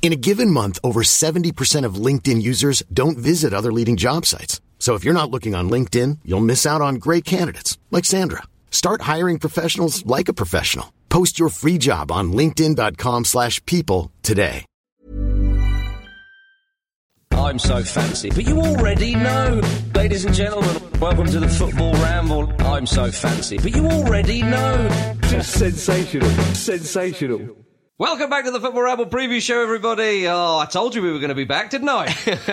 In a given month, over 70% of LinkedIn users don't visit other leading job sites. So if you're not looking on LinkedIn, you'll miss out on great candidates like Sandra. Start hiring professionals like a professional. Post your free job on linkedin.com/people slash people today. I'm so fancy. But you already know. Ladies and gentlemen, welcome to the Football Ramble. I'm so fancy. But you already know. Just sensational. Sensational. Welcome back to the Football Ramble preview show, everybody. Oh, I told you we were going to be back, didn't I?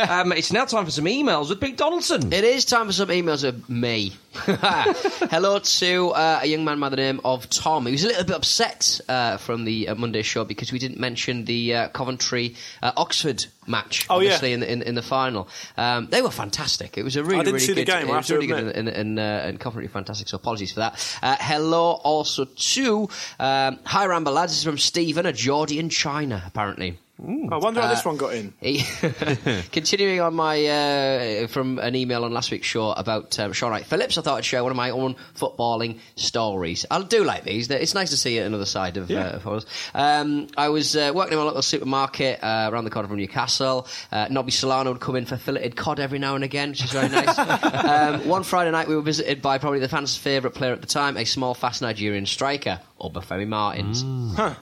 um, it's now time for some emails with Pete Donaldson. It is time for some emails of me. Hello to uh, a young man by the name of Tom. He was a little bit upset uh, from the uh, Monday show because we didn't mention the uh, Coventry uh, Oxford match, Oh, yeah. obviously in, the, in, in the final. Um, they were fantastic. It was a really, didn't really see the good game, I It have was to really admit. good in, in, in, uh, in Coventry, fantastic. So apologies for that. Uh, hello also to um, hi Ramble lads. This is from Stephen, a Geordie in China apparently. I wonder how this one got in. He- Continuing on my uh, from an email on last week's show about um, Sean Wright Phillips, I thought I'd share one of my own footballing stories. I do like these; They're- it's nice to see another side of, uh, of us. Um, I was uh, working in my local supermarket uh, around the corner from Newcastle. Uh, Nobby Solano would come in for filleted cod every now and again, which is very nice. um, one Friday night, we were visited by probably the fans' favourite player at the time, a small, fast Nigerian striker, Obafemi Martins.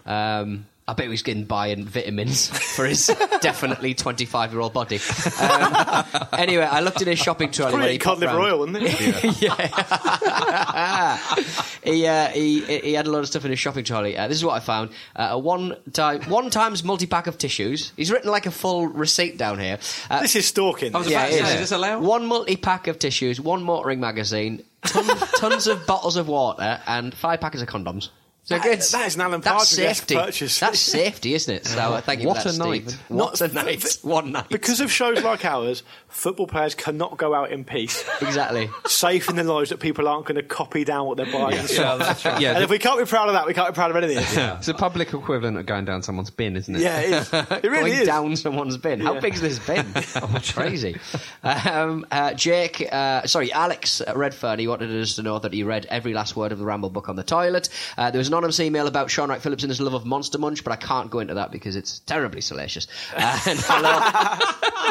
Um, I bet he was getting buying vitamins for his definitely 25 year old body. Um, anyway, I looked in his shopping trolley. when Probably he cod popped liver round. oil, wasn't it? Yeah. he, uh, he he had a lot of stuff in his shopping trolley. Uh, this is what I found: uh, a one time one times multi pack of tissues. He's written like a full receipt down here. Uh, This is stalking. I was yeah, about to it say, is. is this allowed? One multi pack of tissues, one motoring magazine, ton, tons of bottles of water, and five packets of condoms. So That- good. that is an Alan That's Partridge-esque safety. purchase. That's safety, isn't it? So uh, thank you. What for that, a night. Stephen. What a night! One night. Because of shows like ours, football players cannot go out in peace. exactly. safe in the knowledge that people aren't going to copy down what they're buying. and selling. Yeah, and the- if we can't be proud of that, we can't be proud of anything. yeah, It's a public equivalent of going down someone's bin, isn't it? it, is. it really going is. down someone's bin. How big's this bin? oh, crazy. Um, uh, Jake, uh, sorry, Alex Redfern, he wanted us to know that he read every last word of the Ramble book on the toilet. Uh, there was an anonymous email about Sean Wright Phillips and his love of Monster Munch, but I can't go into that because it's terribly salacious. Uh, and hello,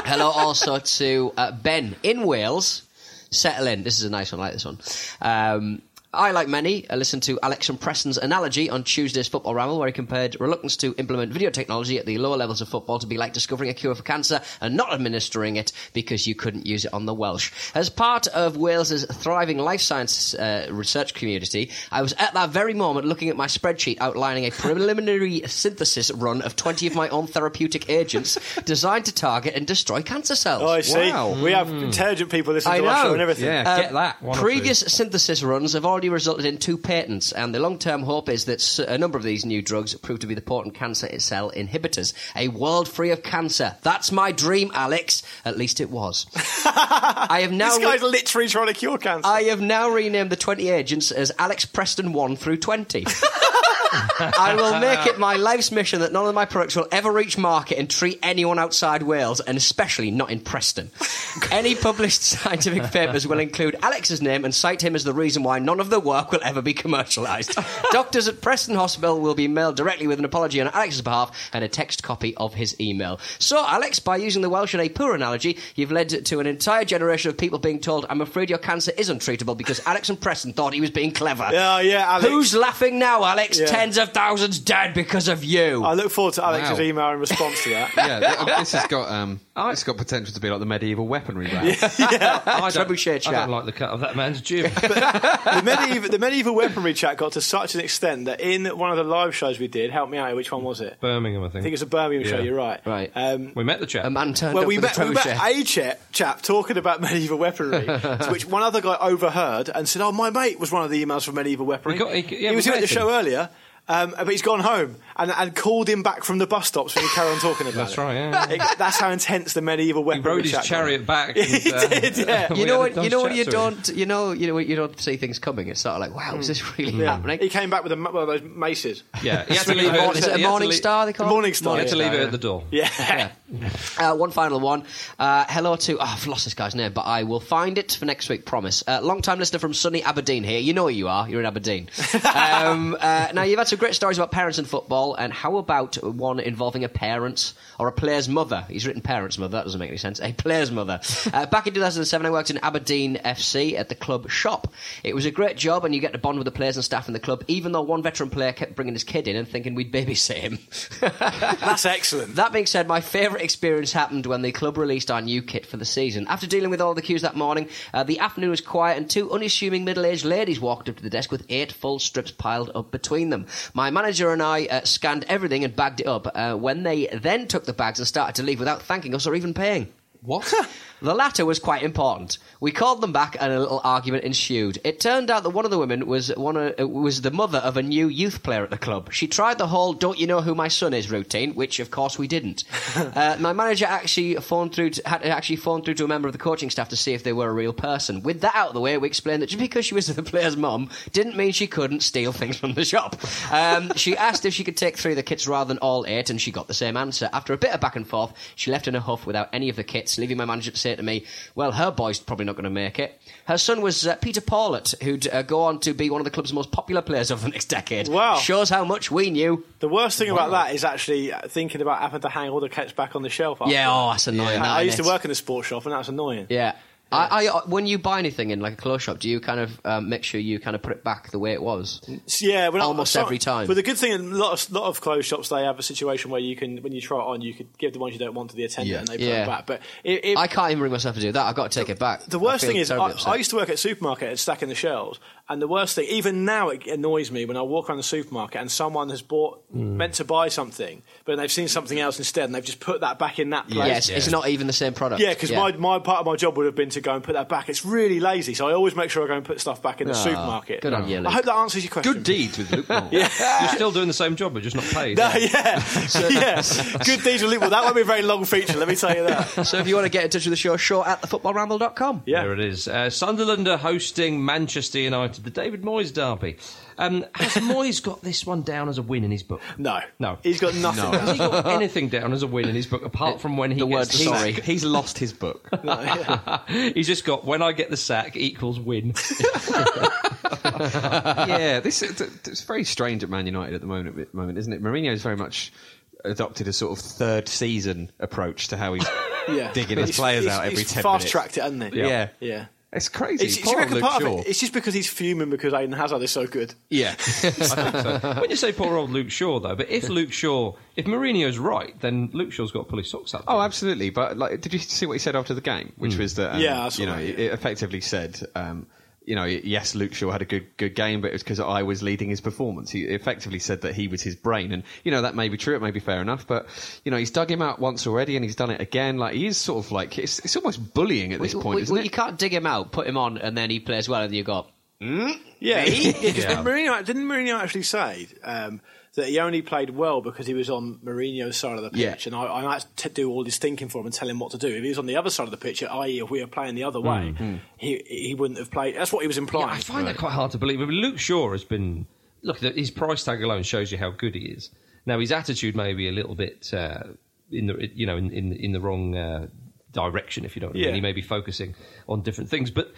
hello also to uh, Ben in Wales. Settle in. This is a nice one, I like this one. Um, I, like many, uh, listened to Alex and Preston's analogy on Tuesday's Football Ramble, where he compared reluctance to implement video technology at the lower levels of football to be like discovering a cure for cancer and not administering it because you couldn't use it on the Welsh. As part of Wales's thriving life science uh, research community, I was at that very moment looking at my spreadsheet outlining a preliminary synthesis run of 20 of my own therapeutic agents designed to target and destroy cancer cells. Oh, I see. Wow. We have intelligent people listening I to our show know. and everything. Yeah, get that. one or two. Um, Previous synthesis runs have already resulted in two patents, and the long term hope is that s- a number of these new drugs prove to be the potent cancer cell inhibitors. A world free of cancer. That's my dream, Alex. At least it was. I have now. This guy's re- literally trying to cure cancer. I have now renamed the 20 agents as Alex Preston 1 through 20. I will make it my life's mission that none of my products will ever reach market and treat anyone outside Wales, and especially not in Preston. Any published scientific papers will include Alex's name and cite him as the reason why none of the work will ever be commercialised. Doctors at Preston Hospital will be mailed directly with an apology on Alex's behalf and a text copy of his email. So, Alex, by using the Welsh and a poor analogy, you've led to an entire generation of people being told, I'm afraid your cancer isn't treatable because Alex and Preston thought he was being clever. Yeah, yeah, Alex. Who's laughing now, Alex? Yeah. Tens of thousands dead because of you. I look forward to Alex's Wow. email in response to that. Yeah, th- uh, this has got um, it's got potential to be like the medieval weaponry round. I don't, Trebuchet I chap. don't like the cut of that man's jib. the, medieval, the medieval weaponry chat got to such an extent that in one of the live shows we did, help me out, here, which one was it? Birmingham, I think. I think it's a Birmingham show, Yeah. you're right. Right. Um, We met the chap. a man turned well, up we with met, a we met trebuchet. a chap, chap talking about medieval weaponry, to which one other guy overheard and said, "Oh, my mate was one of the emails from medieval weaponry. We got- he- yeah, he was we here at the met him. show earlier, um, but he's gone home and, and called him back from the bus stops when he carried on talking about That's it. right, yeah. It- that's how intense the medieval he weaponry rode his chat got. chariot uh, back. um, He did, yeah. You know what? You know what? You don't. You know. You know. what You don't see things coming. It's sort of like, wow, is Hmm. this really happening? He came back with a, ma- one of those maces. Yeah, he had to Really leave morning- it. is it a he had to morning leave- star? They call it? Morning star. He had to yeah. leave it at the door. Yeah. Uh, one final one. Uh, hello to. Oh, I've lost this guy's name, but I will find it for next week, promise. Uh, Long time listener from sunny Aberdeen here. You know who you are. You're in Aberdeen. um, uh, now, you've had some great stories about parents and football, and how about one involving a parent or a player's mother? He's written parent's mother. That doesn't make any sense. A player's mother. Uh, back in 2007, I worked in Aberdeen FC at the club shop. It was a great job, and you get to bond with the players and staff in the club, even though one veteran player kept bringing his kid in and thinking we'd babysit him. That's excellent. That being said, my favourite experience happened when the club released our new kit for the season. After dealing with all the queues that morning, uh, the afternoon was quiet and two unassuming middle aged ladies walked up to the desk with eight full strips piled up between them. My manager and I uh, scanned everything and bagged it up uh, when they then took the bags and started to leave without thanking us or even paying. What? the latter was quite important. We called them back, and a little argument ensued. It turned out that one of the women was one of, uh, was the mother of a new youth player at the club. She tried the whole "Don't you know who my son is?" routine, which of course we didn't. uh, my manager actually phoned through to, had actually phoned through to a member of the coaching staff to see if they were a real person. With that out of the way, we explained that just because she was the player's mum didn't mean she couldn't steal things from the shop. Um, she asked if she could take three of the kits rather than all eight, and she got the same answer. After a bit of back and forth, she left in a huff without any of the kits, leaving my manager to say to me, Well, her boy's probably not going to make it. Her son was uh, Peter Paulett, who'd uh, go on to be one of the club's most popular players over the next decade. Wow. Shows how much we knew. The worst thing about that is actually thinking about having to hang all the cats back on the shelf. After. Yeah, oh, that's annoying. I, that, I used to innit? work in a sports shop, and that's annoying. Yeah. I, I, when you buy anything in like a clothes shop, do you kind of um, make sure you kind of put it back the way it was? So, yeah when I- Almost so- every time. But the good thing, a lot of, lot of clothes shops, they have a situation where you can, when you try it on, you could give the ones you don't want to the attendant, Yeah. and they put Yeah. it back. But it, it, I can't even bring myself to do that. I've got to take it back. The I worst feel thing is, I, terribly upset. I used to work at a supermarket and stacking the shelves. And the worst thing, even now, it annoys me when I walk around the supermarket and someone has bought, Mm. meant to buy something, but they've seen something else instead, and they've just put that back in that place. Yes, it's not even the same product. Yeah, because my, my part of my job would have been to go and put that back. It's really lazy, so I always make sure I go and put stuff back in the Ah, supermarket. good on you, I Luke. hope that answers your question. Good deeds with Luke. Moore. You're still doing the same job, but just not paid. No, yeah, yeah. Good deeds with Luke. Well, that won't be a very long feature. Let me tell you that. So if you want to get in touch with the show, show at thefootballramble.com. Yeah. There it is. Uh, Sunderland are hosting Manchester United, the David Moyes derby. Um, has Moyes got this one down as a win in his book? No, No. he's got nothing. Has he got anything down as a win in his book apart from when he The gets word the sorry. sack? He's lost his book. He's just got when I get the sack equals win. yeah, this is- it's very strange at Man United at the moment, at the moment isn't it? Mourinho's very much adopted a sort of third season approach to how he's Yeah. digging his He's- players he's- out every he's ten fast minutes. tracked it, hasn't he? Yeah. yeah. It's crazy. It's, it's, Part you of reckon Luke part of Shaw. it, it's just because he's fuming because Aiden Hazard is so good. Yeah, I think so. When you say poor old Luke Shaw, though, but if Luke Shaw, if Mourinho's right, then Luke Shaw's got to pull his socks up. Oh, absolutely. But like, did you see what he said after the game? Which was that, um, Hmm. Yeah, I saw you know, that, yeah. it effectively said, um, you know, yes, Luke Shaw had a good good game, but it was because I was leading his performance. He effectively said that he was his brain, and you know that may be true, it may be fair enough, but you know he's dug him out once already, and he's done it again. Like he is sort of like it's, it's almost bullying at this point, We- isn't we- it? You can't dig him out, put him on, and then he plays well, and you go, Yeah, because Mourinho didn't Mourinho actually say um, that he only played well because he was on Mourinho's side of the Yeah. pitch, and I, I had to do all this thinking for him and tell him what to do. If he was on the other side of the pitch, i.e., if we were playing the other Hmm. way, he he wouldn't have played. That's what he was Yeah, implying. I find that quite hard to believe. I mean, Luke Shaw has been look. th- His price tag alone shows you how good he is. Now his attitude may be a little bit uh, in the you know in in, in the wrong uh, direction, if you know what I mean. Yeah. He may be focusing on different things, but.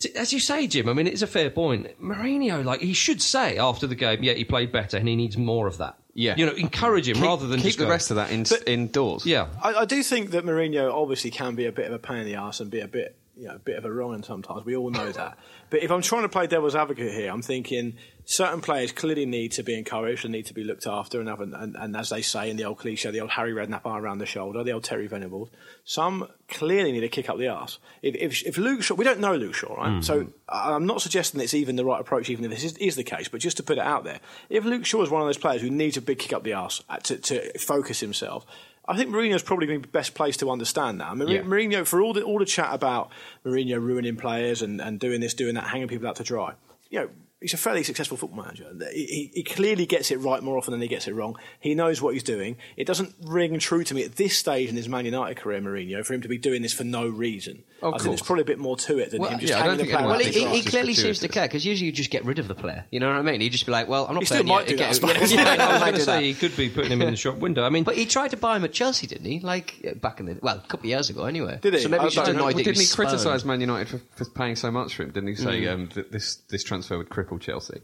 t- As you say, Jim, I mean, it's a fair point. Mourinho, like, he should say after the game, yeah, he played better and he needs more of that. Yeah. You know, encourage him Keep- rather than keep just the go, rest of that in, indoors. Yeah. I, I do think that Mourinho obviously can be a bit of a pain in the ass and be a bit, you know, a bit of a wrong sometimes. We all know that. but if I'm trying to play devil's advocate here, I'm thinking certain players clearly need to be encouraged and need to be looked after and have, an, and, and as they say in the old cliche, the old Harry Redknapp arm around the shoulder, the old Terry Venables. Some clearly need a kick up the arse. If, if, if Luke Shaw, we don't know Luke Shaw, right? So I- I'm not suggesting that it's even the right approach, even if this is, is the case. But just to put it out there, if Luke Shaw is one of those players who needs a big kick up the arse uh, to, to focus himself. I think Mourinho's probably going to be best placed to understand that. I mean, Yeah. Mourinho, for all the all the chat about Mourinho ruining players and, and doing this, doing that, hanging people out to dry, you know, he's a fairly successful football manager. He, he, he clearly gets it right more often than he gets it wrong. He knows what he's doing. It doesn't ring true to me at this stage in his Man United career, Mourinho, for him to be doing this for no reason. Of I think there's course. probably a bit more to it than Well, him just yeah, I hanging don't the think player anyone out Well, to he, think he, dry. he it's clearly gratuitous. seems to care because usually you just get rid of the player. You know what I mean? You just be like, well, I'm not He still playing might you. do that, Get- I suppose. yeah, Yeah, he might I was do going to that. say he could be putting him in the shop window. I mean, But he tried to buy him at Chelsea, didn't he? Like back in the well, a couple of years ago, anyway. Did he? So maybe I he's just don't know. annoyed Well, that he didn't he was criticise spurned. Man United for, for paying so much for him? Didn't he say um, that this this transfer would cripple Chelsea?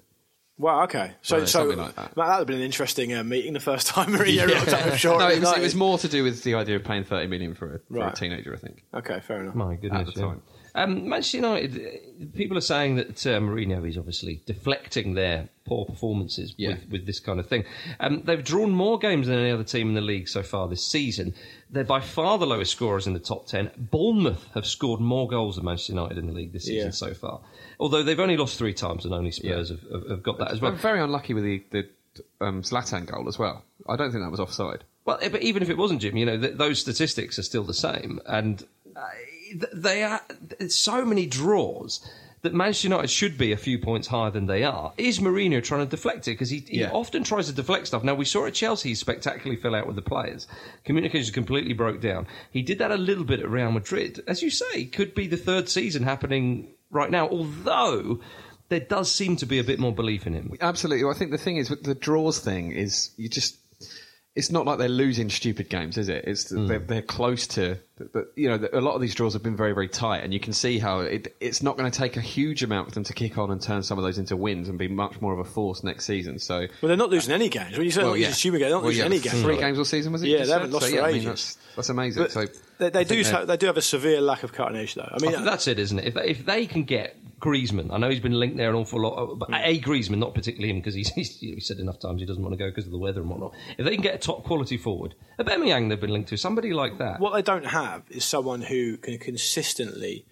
Wow, okay. So, so something like that. Matt, that would have been an interesting uh, meeting the first time Mourinho rocked up with Shaw at no, it was, it United. was more to do with the idea of paying 30 million for a, for a Right. teenager, I think. Okay, fair enough. My goodness. At the yeah. time. Um, Manchester United, uh, people are saying that uh, Mourinho is obviously deflecting their poor performances Yeah. with, with this kind of thing. Um, they've drawn more games than any other team in the league so far this season. They're by far the lowest scorers in the top 10. Bournemouth have scored more goals than Manchester United in the league this season Yeah. so far. Although they've only lost three times and only Spurs Yeah. have, have, have got that as But well. I'm very unlucky with the, the um, Zlatan goal as well. I don't think that was offside. Well, eh, but even if it wasn't Jim, you know, th- those statistics are still the same, and uh, th- they are there's so many draws that Manchester United should be a few points higher than they are. Is Mourinho trying to deflect it because he, he Yeah. often tries to deflect stuff? Now we saw at Chelsea he spectacularly fell out with the players, communication completely broke down. He did that a little bit at Real Madrid, as you say, could be the third season happening right now. Although there does seem to be a bit more belief in him. Absolutely. Well, I think the thing is, with the draws thing is you just. It's not like they're losing stupid games, is it? It's that they're, they're close to, but you know, a lot of these draws have been very, very tight, and you can see how it, it's not going to take a huge amount for them to kick on and turn some of those into wins and be much more of a force next season. So, Well, they're not losing any games. When you say well, yeah. yeah. assuming they're not Well, losing yeah, any games. Three right? games all season, was it? Yeah, you they haven't said? lost so, for yeah, I mean, ages. that's, that's amazing. But so they, I they do think so, they're- they do have a severe lack of carnage, though. I I mean, uh, think that's it, isn't it? If they, if they can get Griezmann, I know he's been linked there an awful lot, Mm. but a Griezmann, not particularly him, because he's, he's he said enough times he doesn't want to go because of the weather and whatnot. If they can get a top quality forward, a Aubameyang they've been linked to, somebody like that. what they don't have is someone who can consistently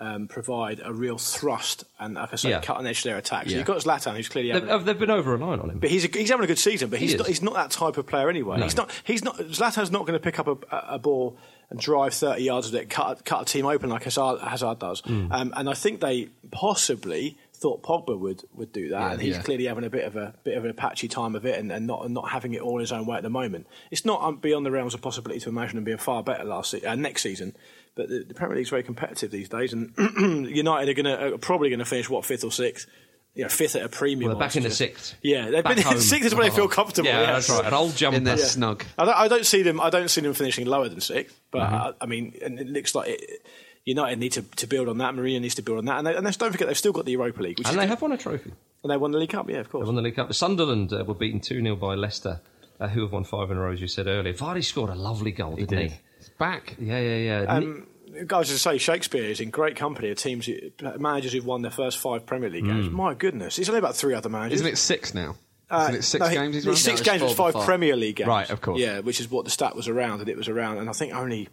um, provide a real thrust and, like I say, Yeah. cut on edge to their attack. So Yeah. you've got Zlatan, who's clearly They've, having, have- they've been over reliant on him. but he's, a, he's having a good season, but he's is. not, he's not that type of player anyway. He's not he's not Zlatan's not going to pick up a, a, a ball and drive thirty yards with it, cut cut a team open like Hazard, Hazard does. Hmm. Um, and I think they possibly thought Pogba would, would do that, and he's yeah. clearly having a bit of a bit of an patchy time of it, and, and not and not having it all his own way at the moment. It's not um, beyond the realms of possibility to imagine him being far better last se- uh, next season. But the, the Premier League's very competitive these days, and United are going to are probably going to finish what fifth or sixth. You know, fifth at a premium. Well, they're I back in the suggest. sixth. Yeah, they've Back been home. in sixth is where they feel comfortable. Yeah, yes. that's right. An old jumper. in their snug. I don't, I don't see them. I don't see them finishing lower than sixth. But Mm-hmm. uh, I mean, and it looks like it, United need to, to build on that. Mourinho needs to build on that. And, they, and they, don't forget, they've still got the Europa League, which And is they good. have won a trophy. and they won the League Cup. Yeah, of They course. won the League Cup. Sunderland uh, were beaten 2 0 by Leicester, uh, who have won five in a row, as you said earlier. Vardy scored a lovely goal, didn't he? It's back. Um, Yeah, yeah, yeah. Ni- guys, as I say, Shakespeare is in great company of teams, uh, managers who've won their first five Premier League Mm. games. My goodness, it's only about three other managers. Isn't it six now? Uh, Isn't it six no, he- games he's no, run? Six it's games four was five before. Premier League games. Right, of course. Yeah, which is what the stat was around, and it was around, and I think only.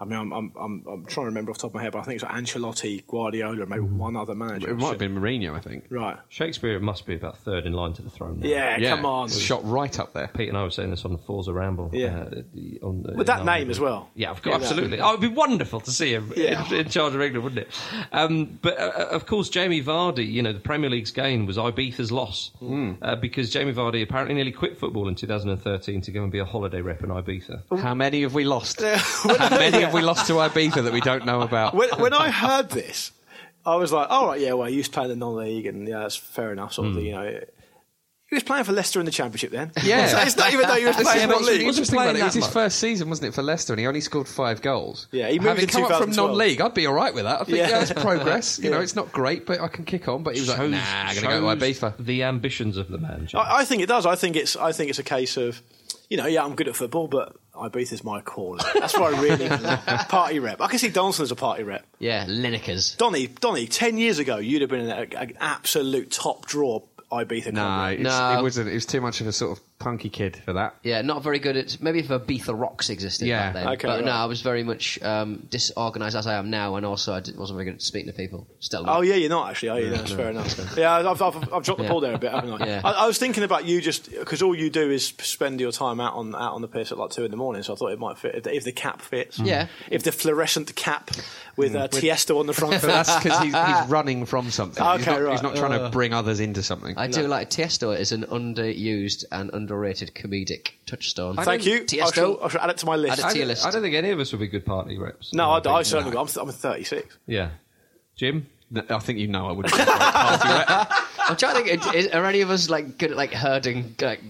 I mean, I'm, I'm, I'm, I'm trying to remember off the top of my head, but I think it's like Ancelotti, Guardiola, and maybe one other manager. It might have been Mourinho, I think. Right. Shakespeare must be about third in line to the throne. Now. Yeah, come on. Shot right up there. Pete and I were saying this on the Forza Ramble. Yeah. uh, the- on the- With that on name the- as well. Yeah, of course, Yeah. absolutely. Oh, it would be wonderful to see him Yeah. in, in charge of England, wouldn't it? Um, but uh, of course, Jamie Vardy, you know, the Premier League's gain was Ibiza's loss uh, because Jamie Vardy apparently nearly quit football in 2013 to go and be a holiday rep in Ibiza. How many have we lost? How many have we lost to Ibiza that we don't know about? when, when I heard this, I was like, all right, yeah, well, he was playing the non-league, and yeah, that's fair enough, sort of, Hmm. you know. He was playing for Leicester in the Championship then. Yeah. So it's not even though he was This is playing what's for really league. interesting about it. It was that his much. first season, wasn't it, for Leicester, and he only scored five goals. Yeah, he moved Having in come up from 2012. non-league, I'd be all right with that. I think, Yeah. yeah, that's progress. You know, Yeah. it's not great, but I can kick on. But he was like, Shows- nah, I'm going to shows go to Ibiza. The ambitions of the man. Jamie. I, I think it does. I think it's. I think it's a case of, you know, yeah, I'm good at football, but Ibiza is my calling. That's what I really party rep. I can see Donson as a party rep. Yeah, Lineker's. Donny, Donny, ten years ago, you'd have been an, an absolute top draw Ibiza. Nah, comrade. it's, No. it wasn't. It was too much of a sort of punky kid for that. Yeah, not very good at maybe if Ibiza Rocks existed Yeah. back then. Okay, but no, right. I was very much um, disorganised as I am now, and also I d- wasn't very good at speaking to people. Still, not. Oh yeah, you're not actually. Are you? That's fair enough. Yeah, I've, I've, I've dropped the Yeah. ball there a bit, haven't I? Yeah. I, I was thinking about you just because all you do is spend your time out on out on the piss at like two in the morning. So I thought it might fit if the, if the cap fits. Yeah. If the fluorescent cap Mm. with uh, Tiesto on the front. But that's because he's, he's running from something. he's, Okay, not, right. he's not trying to bring others into something. I do like Tiesto is an underused and underrated comedic touchstone. Thank you. I shall, I shall add it to my list. Add it to I your don't- list. I don't think any of us would be good party reps. no, I, I think- certainly. I'm, I'm 36. Yeah, Jim. No, I think you know I would. be a great party rep. I'm trying to think. Is, are any of us like good at like herding like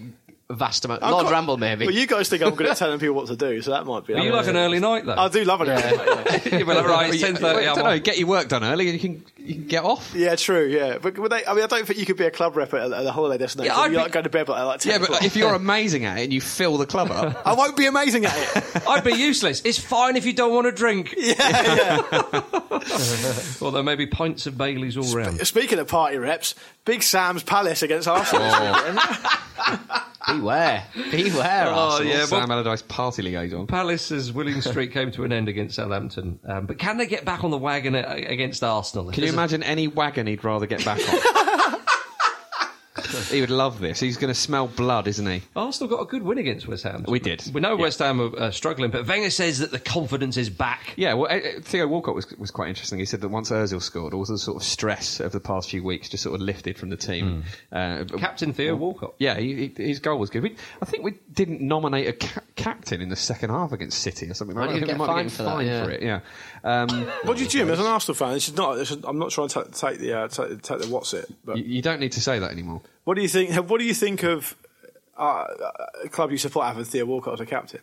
vast amount? I'm Lord quite- Ramble, maybe. Well, you guys think I'm good at telling people what to do, so that might be. But you like an early night though. I do love an early night, yeah. You'd be like, right, it's Well, you- ten thirty. I don't know. Get your work done early, and you can you can get off. Yeah, true. Yeah, but, but they, I mean, I don't think you could be a club rep at a, at a holiday destination. Yeah, I'd you be- like go to bed by like 10 Yeah, but o'clock. if you're amazing at it and you fill the club up, I won't be amazing at it. I'd be useless. It's fine if you don't want to drink. Yeah, Although maybe pints of Bailey's all round. Speaking of party reps, Big Sam's Palace against Arsenal. this weekend. Oh. beware, beware. Oh, Arsenal. yeah, Sam well- Allardyce party liaison. Palace's willing streak came to an end against Southampton, um, but can they get back on the wagon a- against Arsenal? Can you There's a- imagine any wagon he'd rather get back on? he would love this. He's going to smell blood, isn't he? Arsenal got a good win against West Ham. We did. We know Yeah. West Ham are uh, struggling, but Wenger says that the confidence is back. Yeah, well, uh, uh, Theo Walcott was, was quite interesting. He said that once Ozil scored, all the sort of stress of the past few weeks just sort of lifted from the team. Uh, but- Captain Theo Walcott. Yeah, he, he, his goal was good. We, I think we didn't nominate a ca- captain in the second half against City or something. I Like that. didn't I think get we might be fined getting for that, fined yeah. for it. Yeah. Um, what do you, Jim? As an Arsenal fan, this is not. This is, I'm not trying to take the uh, take, take the what's it. But you, you don't need to say that anymore. what do you think? What do you think of uh, a club you support having Theo Walcott as a captain?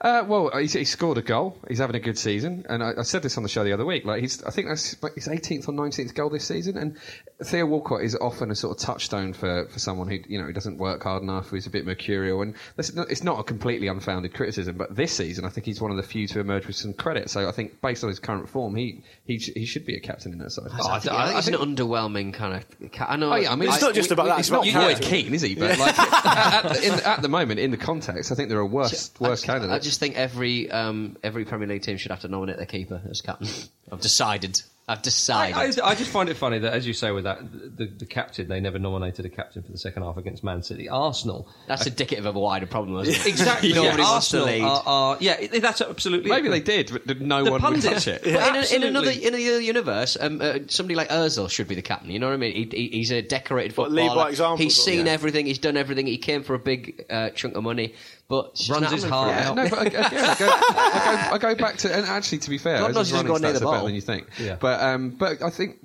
Uh, well, he's, he scored a goal. He's having a good season, and I, I said this on the show the other week. Like, he's, I think that's like his 18th or 19th goal this season. And Theo Walcott is often a sort of touchstone for, for someone who you know who doesn't work hard enough, who's a bit mercurial. And that's not, it's not a completely unfounded criticism, but this season I think he's one of the few to emerge with some credit. So I think based on his current form, he he, sh- he should be a captain in that side. Oh, I, think, I think it's an underwhelming kind of. ca- I know. Oh, yeah, Oh, I mean, It's not just about that, It's it's not about Roy character. Keane, is he? But like, at, at the, in, at the moment, in the context, I think there are worse, I worse just, candidates. I just think every um, every Premier League team should have to nominate their keeper as captain. I've decided. I've decided. I, I, I just find it funny that, as you say, with that the, the captain, they never nominated a captain for the second half against Man City. Arsenal, That's indicative of a wider problem. Isn't it? exactly. Nobody yeah, wants to Arsenal lead. Are, are, yeah, it- that's absolutely. Maybe they did, but th- no The one pundits. would touch it. Yeah. But in, a, in another Absolutely. in another universe, um, uh, somebody like Özil should be the captain. You know what I mean? He, he, he's a decorated But footballer. lead by example, He's sort of, seen yeah. everything. He's done everything. He came for a big uh, chunk of money, but it's just Runs not his happening for heart him. out. Yeah, no, but ag- again, I go, I, go, I go back to, and actually, to be fair, God Ozil's knows he doesn't running go near stats are the ball. better than you think. Yeah. But, um, but I think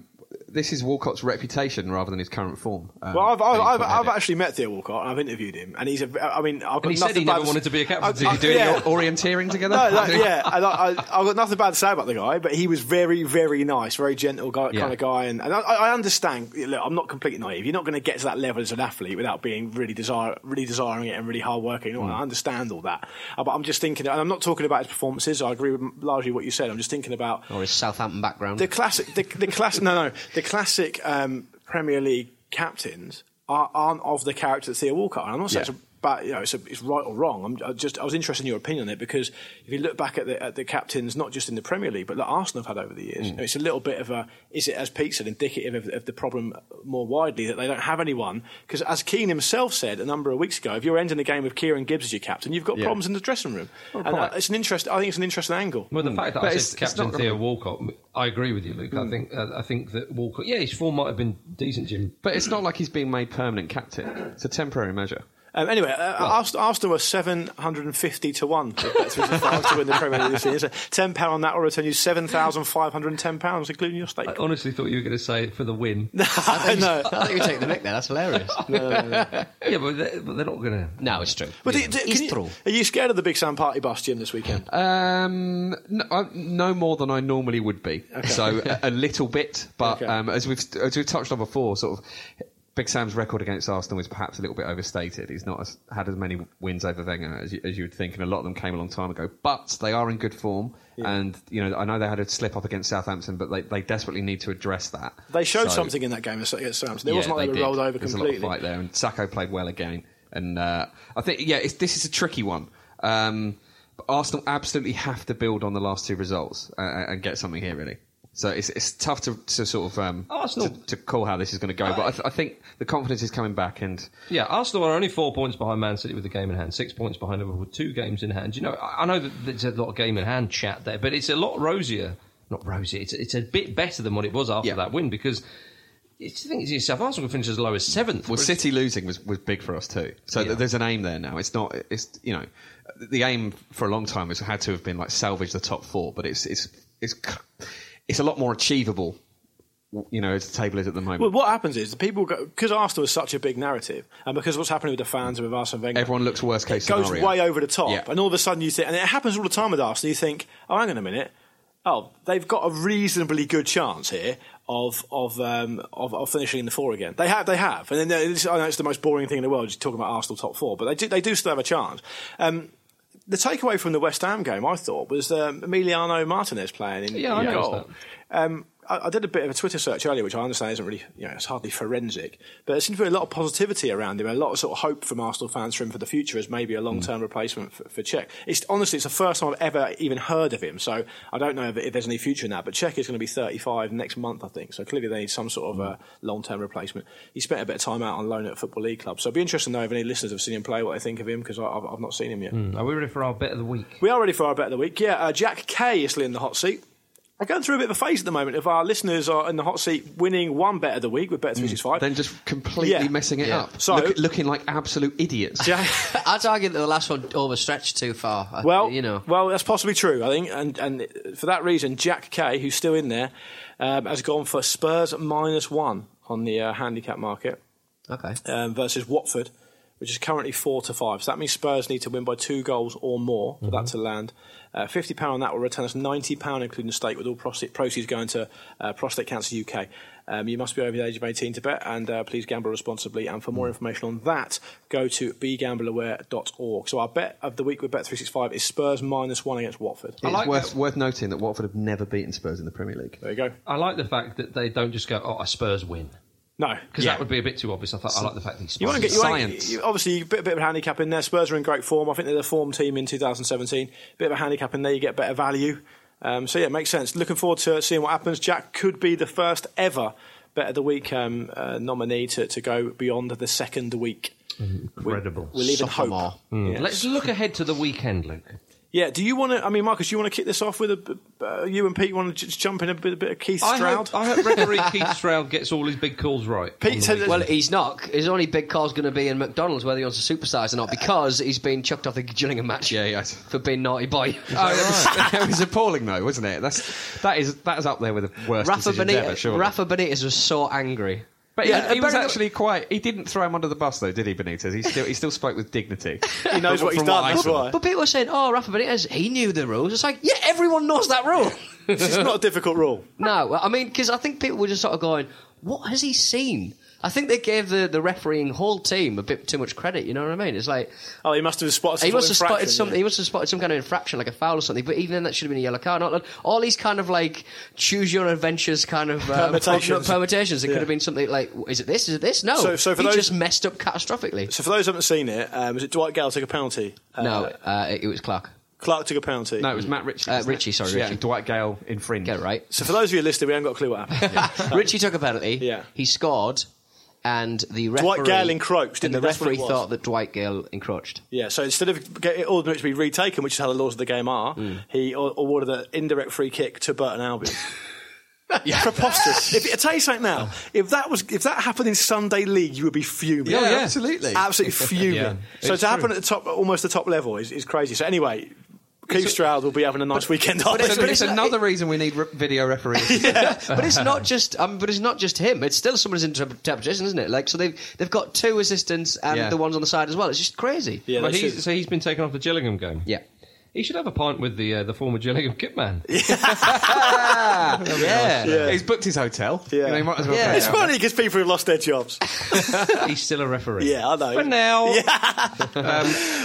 this is Walcott's reputation rather than his current form. Um, Well, I've, I've, that he I've, put I've ahead it. actually met Theo Walcott. and I've interviewed him, and he's a. I mean, I've got And he nothing said he bad never wanted to be a captain. Did you do yeah. You're orienteering together? No, that, yeah, and I, I, I've got nothing bad to say about the guy, but he was very, very nice, very gentle guy, Yeah. kind of guy, and, and I, I understand. Look, I'm not completely naive. You're not going to get to that level as an athlete without being really desire, really desiring it and really hard working. and all that. Mm. I understand all that, Uh, but I'm just thinking, and I'm not talking about his performances. I agree with largely what you said. I'm just thinking about or his Southampton background. the classic, the, the classic, no, no, the classic um, Premier League captains are, aren't of the character that Theo Walcott. And I'm not saying it's Yeah. about you know it's, it's right or wrong. I'm I just I was interested in your opinion on it because if you look back at the, at the captains, not just in the Premier League, but that Arsenal have had over the years, Mm. you know, it's a little bit of a is it as Pete said indicative of, of the problem more widely that they don't have anyone because as Keane himself said a number of weeks ago, if you're ending a game with Kieran Gibbs as your captain, you've got Yeah. problems in the dressing room. and uh, quite. it's an interest. I think it's an interesting angle. Well, the fact that Hmm. I But it's- said it's Captain not Hmm. Theo really- Walcott, I agree with you, Luke. I think uh, I think that Walcott, yeah, his form might have been decent, Jim. But it's not like he's being made permanent captain. It's a temporary measure. Um, anyway, uh, Ars- Arsenal were 750 to 1 with Bet365 to win the Premier League this year. So £10 on that will return you £7,510, including your stake. I honestly thought you were going to say for the win. I know. I think you take the mick there. That's hilarious. yeah, but they're, but they're not going to. no, it's true. But do- do- it's can you- true. are you scared of the Big Sam party bus, Jim, this weekend? Um, no, I- no more than I normally would be. So a, a little bit, but Okay. um, as we've as we've touched on before, sort of. Big Sam's record against Arsenal is perhaps a little bit overstated. He's not as, had as many wins over Wenger as you, as you would think, and a lot of them came a long time ago. But they are in good form, and you know I know they had a slip up against Southampton, but they, they desperately need to address that. They showed So- something in that game against Southampton. It yeah, wasn't like they, did. were rolled over There's completely. A lot of fight there, and Sacco played well again. And uh, I think, yeah, it's, this is a tricky one. Um, but Arsenal absolutely have to build on the last two results uh, and get something here, really. So it's, it's tough to, to sort of um, Arsenal- to, to call how this is going to go, but I, th- I think the confidence is coming back, and Yeah, Arsenal are only four points behind Man City with a game in hand, six points behind Liverpool with two games in hand. You know, I I know that there's a lot of game in hand chat there, but it's a lot rosier. Not rosier. It's, it's a bit better than what it was after Yeah. that win because. It's the thing is yourself. Arsenal could finish as low as seventh. well, whereas- City losing was, was big for us too. So th- Yeah. there's an aim there now. It's not, it's you know, the aim for a long time has had to have been like salvage the top four, but it's it's it's c- it's a lot more achievable, you know, as the table is at the moment. Well, what happens is the people go because Arsenal is such a big narrative, and because what's happening with the fans and with Arsene Wenger, Everyone looks worst case it goes scenario. way over the top, Yeah. and all of a sudden you think, and it happens all the time with Arsenal. You think, oh, hang on a minute, oh, they've got a reasonably good chance here of of um, of, of finishing in the four again. They have, they have, and then there- it's, I know it's the most boring thing in the world, just talking about Arsenal top four, but they do, they do still have a chance. Um, the takeaway from the West Ham game, I thought, was um, Emiliano Martinez playing in, Yeah, I in noticed goal. Um, I, I did a bit of a Twitter search earlier, which I understand isn't really, you know, it's hardly forensic, but there seems to be a lot of positivity around him, and a lot of sort of hope from Arsenal fans for him for the future as maybe a Mm. long-term replacement for, for Czech. It's honestly, it's the first time I've ever even heard of him, so I don't know if, if there's any future in that. But Czech is going to be 35 next month, I think, so clearly they need some sort of Mm. a long-term replacement. He spent a bit of time out on loan at football league club, so it'd be interesting to know if any listeners have seen him play, what they think of him, because I've, I've not seen him yet. Are we ready for our bet of the week? We are ready for our bet of the week. Yeah, uh, Jack Kay is still in the hot seat. I'm going through a bit of a phase at the moment. If our listeners are in the hot seat, winning one bet of the week with Bet Three Six Five, then just completely Yeah. messing it Yeah. up. So- Look- looking like absolute idiots. Jack. I'd argue that the last one overstretched too far. I- Well, you know, well, that's possibly true. I think, and and for that reason, Jack Kay, who's still in there, um, has gone for Spurs minus one on the uh, handicap market okay. um, versus Watford, which is currently four to five. So that means Spurs need to win by two goals or more for Mhm. that to land. Uh, Fifty pound on that will return us ninety pound, including the stake, with all prostate, proceeds going to uh, Prostate Cancer UK. Um, you must be over the age of eighteen to bet, and uh, please gamble responsibly. And for more Mm. information on that, go to begambleaware.org. So our bet of the week with Bet Three Six Five is Spurs minus one against Watford. It's like worth, that. worth noting that Watford have never beaten Spurs in the Premier League. There you go. I like the fact that they don't just go, "Oh, I Spurs win," No, because that would be a bit too obvious. I, thought, I like the fact that he's You want to get you wanna- Science. you- obviously you bit a bit of a handicap in there. Spurs are in great form. I think they're the form team in 2017. Bit of a handicap in there, you get better value. Um, so yeah, it makes sense. Looking forward to seeing what happens. Jack could be the first ever bet of the week um, uh, nominee to, to go beyond the second week. incredible. We live in hope. Sophomore. Hmm. Yeah. Let's look ahead to the weekend, Luke. Yeah, do you want to? I mean, Marcus, you want to kick this off with a. Uh, you and Pete want to just jump in a bit, a bit of Keith I Stroud? hope, I hope referee Keith Stroud gets all his big calls right. on Pete the said weekend. Well, he's not. His only big call's going to be in McDonald's, whether he wants to supersize or not, because he's been chucked off the Gillingham match Uh, Yeah, yeah. for being naughty boy. Oh, that, was, that was appalling, though, wasn't it? That's that is that is up there with the worst Rafa, decisions ever. Benitez, Surely. Rafa Benitez was so angry. but Yeah, he, he and was bearing- actually quite. He didn't throw him under the bus, though, did he, Benitez? He still he still spoke with dignity. He knows From- what he's from done, I that's saw. why. But people are saying, "Oh, Rafa Benitez, he knew the rules." It's like, yeah, everyone knows that rule. It's not a difficult rule. no, well, I mean, because I think people were just sort of going, "What has he seen?" I think they gave the, the refereeing whole team a bit too much credit. You know what I mean? It's like Oh, he must have spotted. he must have infraction, spotted some. yeah. He must have spotted some kind of infraction, like a foul or something. But even then, that should have been a yellow card. Not, all these kind of like choose your adventures kind of uh, Permutations. permutations. It Yeah. could have been something like, "Is it this? Is it this?" No, So- so for he those- just messed up catastrophically. So for those who haven't seen it, um, was it Dwight Gale took a penalty? Uh, no, uh, it, it was Clark. Clark took a penalty. No, it was Matt Ritchie. Uh, wasn't it? Ritchie, sorry, Yeah, Ritchie. Dwight Gale infringed. Get it right. So for those of you listening, we haven't got a clue what happened. Richie took a penalty. Yeah. He scored, and the referee. Dwight Gale encroached, And the didn't he? That's what referee it was. thought that Dwight Gale encroached. yeah. So instead of get it ordinary to be retaken, which is how the laws of the game are, Mm. he a- awarded an indirect free kick to Burton Albion. Preposterous. if, I tell you something Oh. now, if that was if that happened in Sunday League, you would be fuming. Yeah, yeah, absolutely. absolutely fuming. Yeah, so to it's happen at true. the top, almost the top level, is, is crazy. So anyway, Keith Stroud will be having a nice weekend. off. So it's another reason we need re- video referees. but it's not just. Um, but it's not just him. It's still someone's interp- interpretation, isn't it? Like so, they've they've got two assistants and Yeah. the ones on the side as well. It's just crazy. Yeah, But they he's, should. so he's been taken off the Gillingham game. Yeah. He should have a pint with the uh, the former Gillingham kit man. Ah, yeah. He's booked his hotel. Yeah. You know, he might as well Yeah. play It's it out. funny because people have lost their jobs. he's still a referee. Yeah, I know. For now.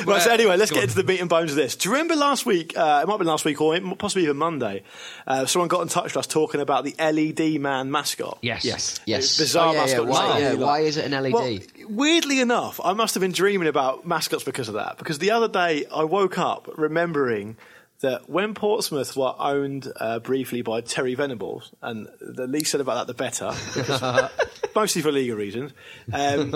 Right, so Uh, anyway, let's go get on. into the meat and bones of this. Do you remember last week? Uh, it might have been last week or it- possibly even Monday. Uh, someone got in touch with us talking about the LED man mascot. Yes. Yes. Yes. Bizarre Oh, yeah, yeah. mascot Why, design. yeah, why is it an E LED? E Well, weirdly enough, I must have been dreaming about mascots because of that. Because the other day I woke up remembering that when Portsmouth were owned uh, briefly by Terry Venables, and the least said about that, the better, because- mostly for legal reasons, um,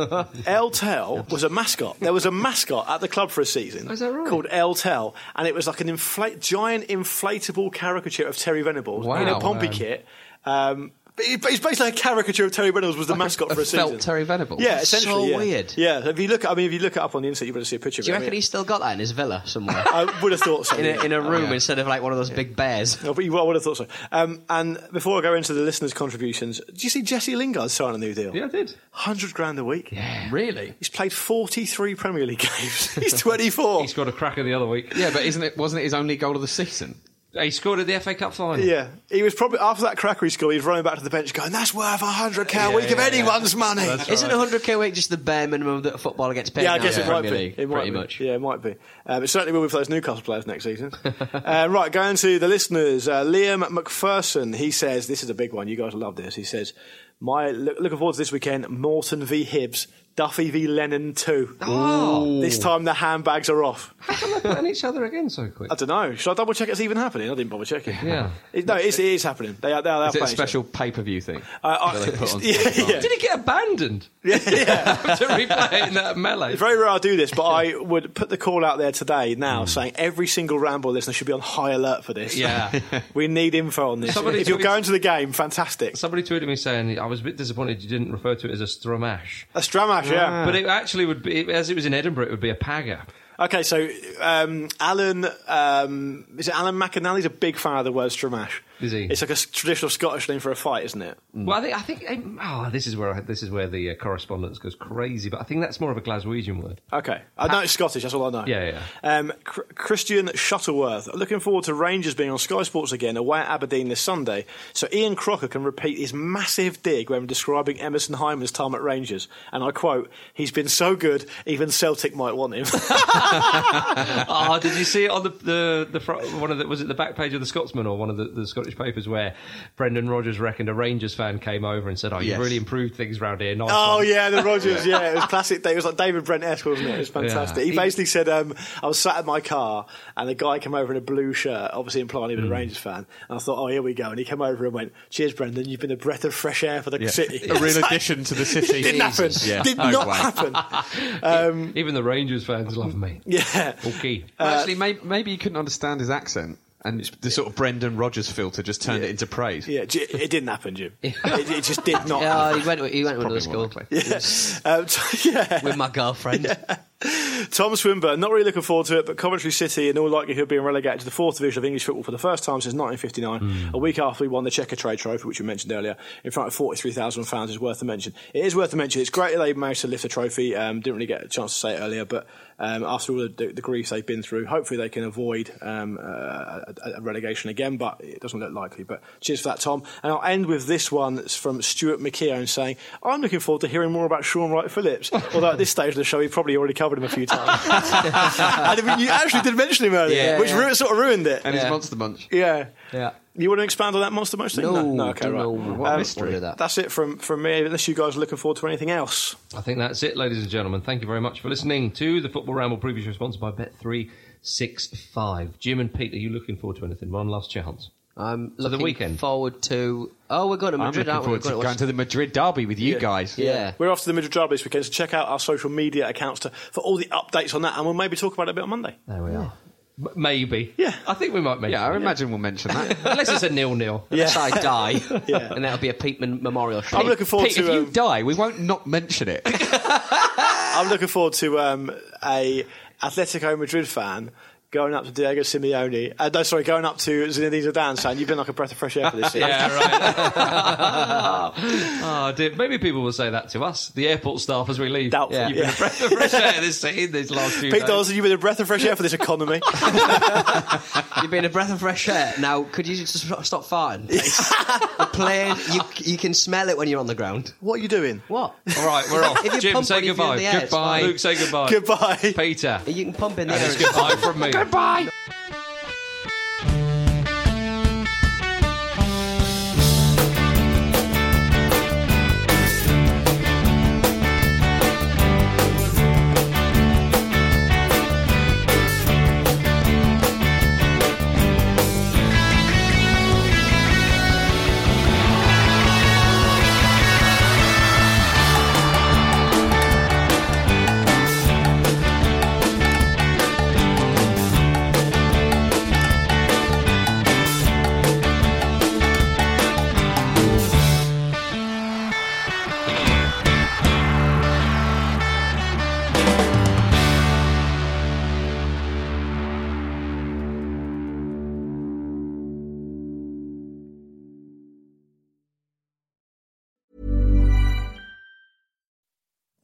Eltel was a mascot. There was a mascot at the club for a season Oh, Is that right? called Eltel, and it was like an inflate, giant inflatable caricature of Terry Venables in Wow, a Pompey man. kit. Um, but he- but he's basically a caricature of Terry Venables was the mascot a for a season. felt Terry Venables? Yeah, That's essentially. so yeah. weird. Yeah, if you look, I mean, if you look it up on the internet, you're going to see a picture. Do you of it. reckon he's still got that in his villa somewhere? I, mean, I would have thought so. in, yeah. a, in a room instead of like one of those big bears. No, but you, I would have thought so. Um, and before I go into the listeners' contributions, do you see Jesse Lingard sign a new deal? Yeah, I did. hundred grand a week. Really? He's played forty-three Premier League games. he's twenty-four. He scored a cracker the other week. Yeah, but isn't it? Wasn't it his only goal of the season? He scored at the FA Cup final. yeah, he was probably after that crackery score. He was running back to the bench, going, "That's worth hundred k a week of anyone's money." Isn't 100k a week just the bare minimum that a footballer gets paid? Yeah, I now guess in it the might Premier be. League, It might pretty be. much. Yeah, it might be. Um, it certainly will be for those Newcastle players next season. uh, right, going to the listeners. Uh, Liam McPherson, he says, this is a big one. You guys will love this. He says, my look, looking forward to this weekend, Morton v Hibbs, Duffy v Lennon 2. This time the handbags are off. And each other again so quick. I don't know. Should I double check it's even happening? I didn't bother checking. Yeah. It, no, it's, it is happening. They are, they are, they are Is it playing a each other. special pay per view thing? Uh, that I- they put on yeah, Sky? yeah. Did he get abandoned? Yeah. After replaying that melee. It's very rare I do this, but I would put the call out there today now Mm. saying every single ramble listener should be on high alert for this. Yeah. we need info on this. Somebody- if you're somebody- going to the game, fantastic. Somebody tweeted me saying I was a bit disappointed you didn't refer to it as a stramash. A stramash, yeah. Ah. But it actually would be, as it was in Edinburgh, it would be a pagger. okay, so um, Alan, um, is it Alan McAnally's a big fan of the word stramash. Is he? It's like a s- traditional Scottish name for a fight, isn't it? Well, I think I think um, oh, this is where I, this is where the uh, correspondence goes crazy. But I think that's more of a Glaswegian word. Okay. I know it's Scottish, that's all I know. Yeah, yeah. Um, Cr- Christian Shuttleworth, looking forward to Rangers being on Sky Sports again away at Aberdeen this Sunday, so Ian Crocker can repeat his massive dig when describing Emerson Hyman's time at Rangers. And I quote, he's been so good, even Celtic might want him. Ah, oh, did you see it on the the, the front, one of the was it the back page of the Scotsman or one of the, the Scottish Scottish papers where Brendan Rodgers reckoned a Rangers fan came over and said, "Oh, Yes. you've really improved things round here." Nice Oh one." yeah, the Rogers. Yeah, it was classic. It was like David Brent-esque, wasn't it? It was fantastic. Yeah. He basically said, um, "I was sat in my car, and a guy came over in a blue shirt, obviously implying he Mm. was a Rangers fan." And I thought, "Oh, here we go." And he came over and went, "Cheers, Brendan. You've been a breath of fresh air for the city. A real addition to the city. Didn't happen. Jesus. Yeah. Did Oh, not wow. happen." Even the Rangers fans love me. Yeah. Okay. Uh, Actually, maybe, maybe you couldn't understand his accent, and The sort of Brendan Rogers filter just turned it into praise. Yeah, j- it didn't happen, Jim. It, it just did not. Yeah, happen. he went. He went to another Probably more school likely. Um, t- yeah. with my girlfriend. Tom Swinburne, not really looking forward to it, but Coventry City in all likelihood being relegated to the fourth division of English football for the first time since 1959, a week after we won the Checker Trade Trophy, which we mentioned earlier, in front of 43,000 fans, is worth a mention. It is worth a mention. It's great that they managed to lift the trophy. Um, didn't really get a chance to say it earlier, but um, after all the, the grief they've been through, hopefully they can avoid um, uh, a, a relegation again, but it doesn't look likely. But cheers for that, Tom. And I'll end with this one that's from Stuart McKeown saying, I'm looking forward to hearing more about Sean Wright Phillips, although at this stage of the show, we probably already covered him a few times. and I mean, you actually did mention him earlier, Yeah, which yeah. ru- sort of ruined it. and his monster munch. yeah. yeah. You want to expand on that Monster Munch thing? No, okay, don't right. Um, know. What a mystery. That's it from, from me, unless you guys are looking forward to anything else. I think that's it, ladies and gentlemen. Thank you very much for listening to the Football Ramble preview show sponsored by Bet365. Jim and Pete, are you looking forward to anything? One last chance. I'm the looking weekend. forward to. Oh, we're going to I'm Madrid, looking aren't we? We're forward to going going to to the Madrid derby with you Yeah. guys. watch- yeah. We're off to the Madrid Derby this weekend, so check out our social media accounts to, for all the updates on that, and we'll maybe talk about it a bit on Monday. There we are. M- Maybe. Yeah. I think we might make Yeah, I it. imagine we'll mention that. Unless it's a nil nil. Unless I die, Yeah. and that'll be a Peatman memorial. I'm Shrine. looking forward Pete, to. if you um, die, we won't not mention it. I'm looking forward to um, a Atletico Madrid fan going up to Diego Simeone. Uh, no, sorry, going up to Zinedine Zidane saying, "You've been like a breath of fresh air for this season." Yeah, right. oh, dear. Maybe people will say that to us, the airport staff, as we leave. Doubtful. You've been Yeah. a breath of fresh air this, in these last few Pete days. Dawson, you've been a breath of fresh air for this economy. You've been a breath of fresh air. Now, could you just stop stop farting? please? the plane, you, you can smell it when you're on the ground. what are you doing? What? All right, we're off. If you Jim, pump say it, if you're in goodbye. the air, it's goodbye. fine. Luke, say goodbye. Goodbye. Peter. You can pump in the And air. it's goodbye from me. Goodbye.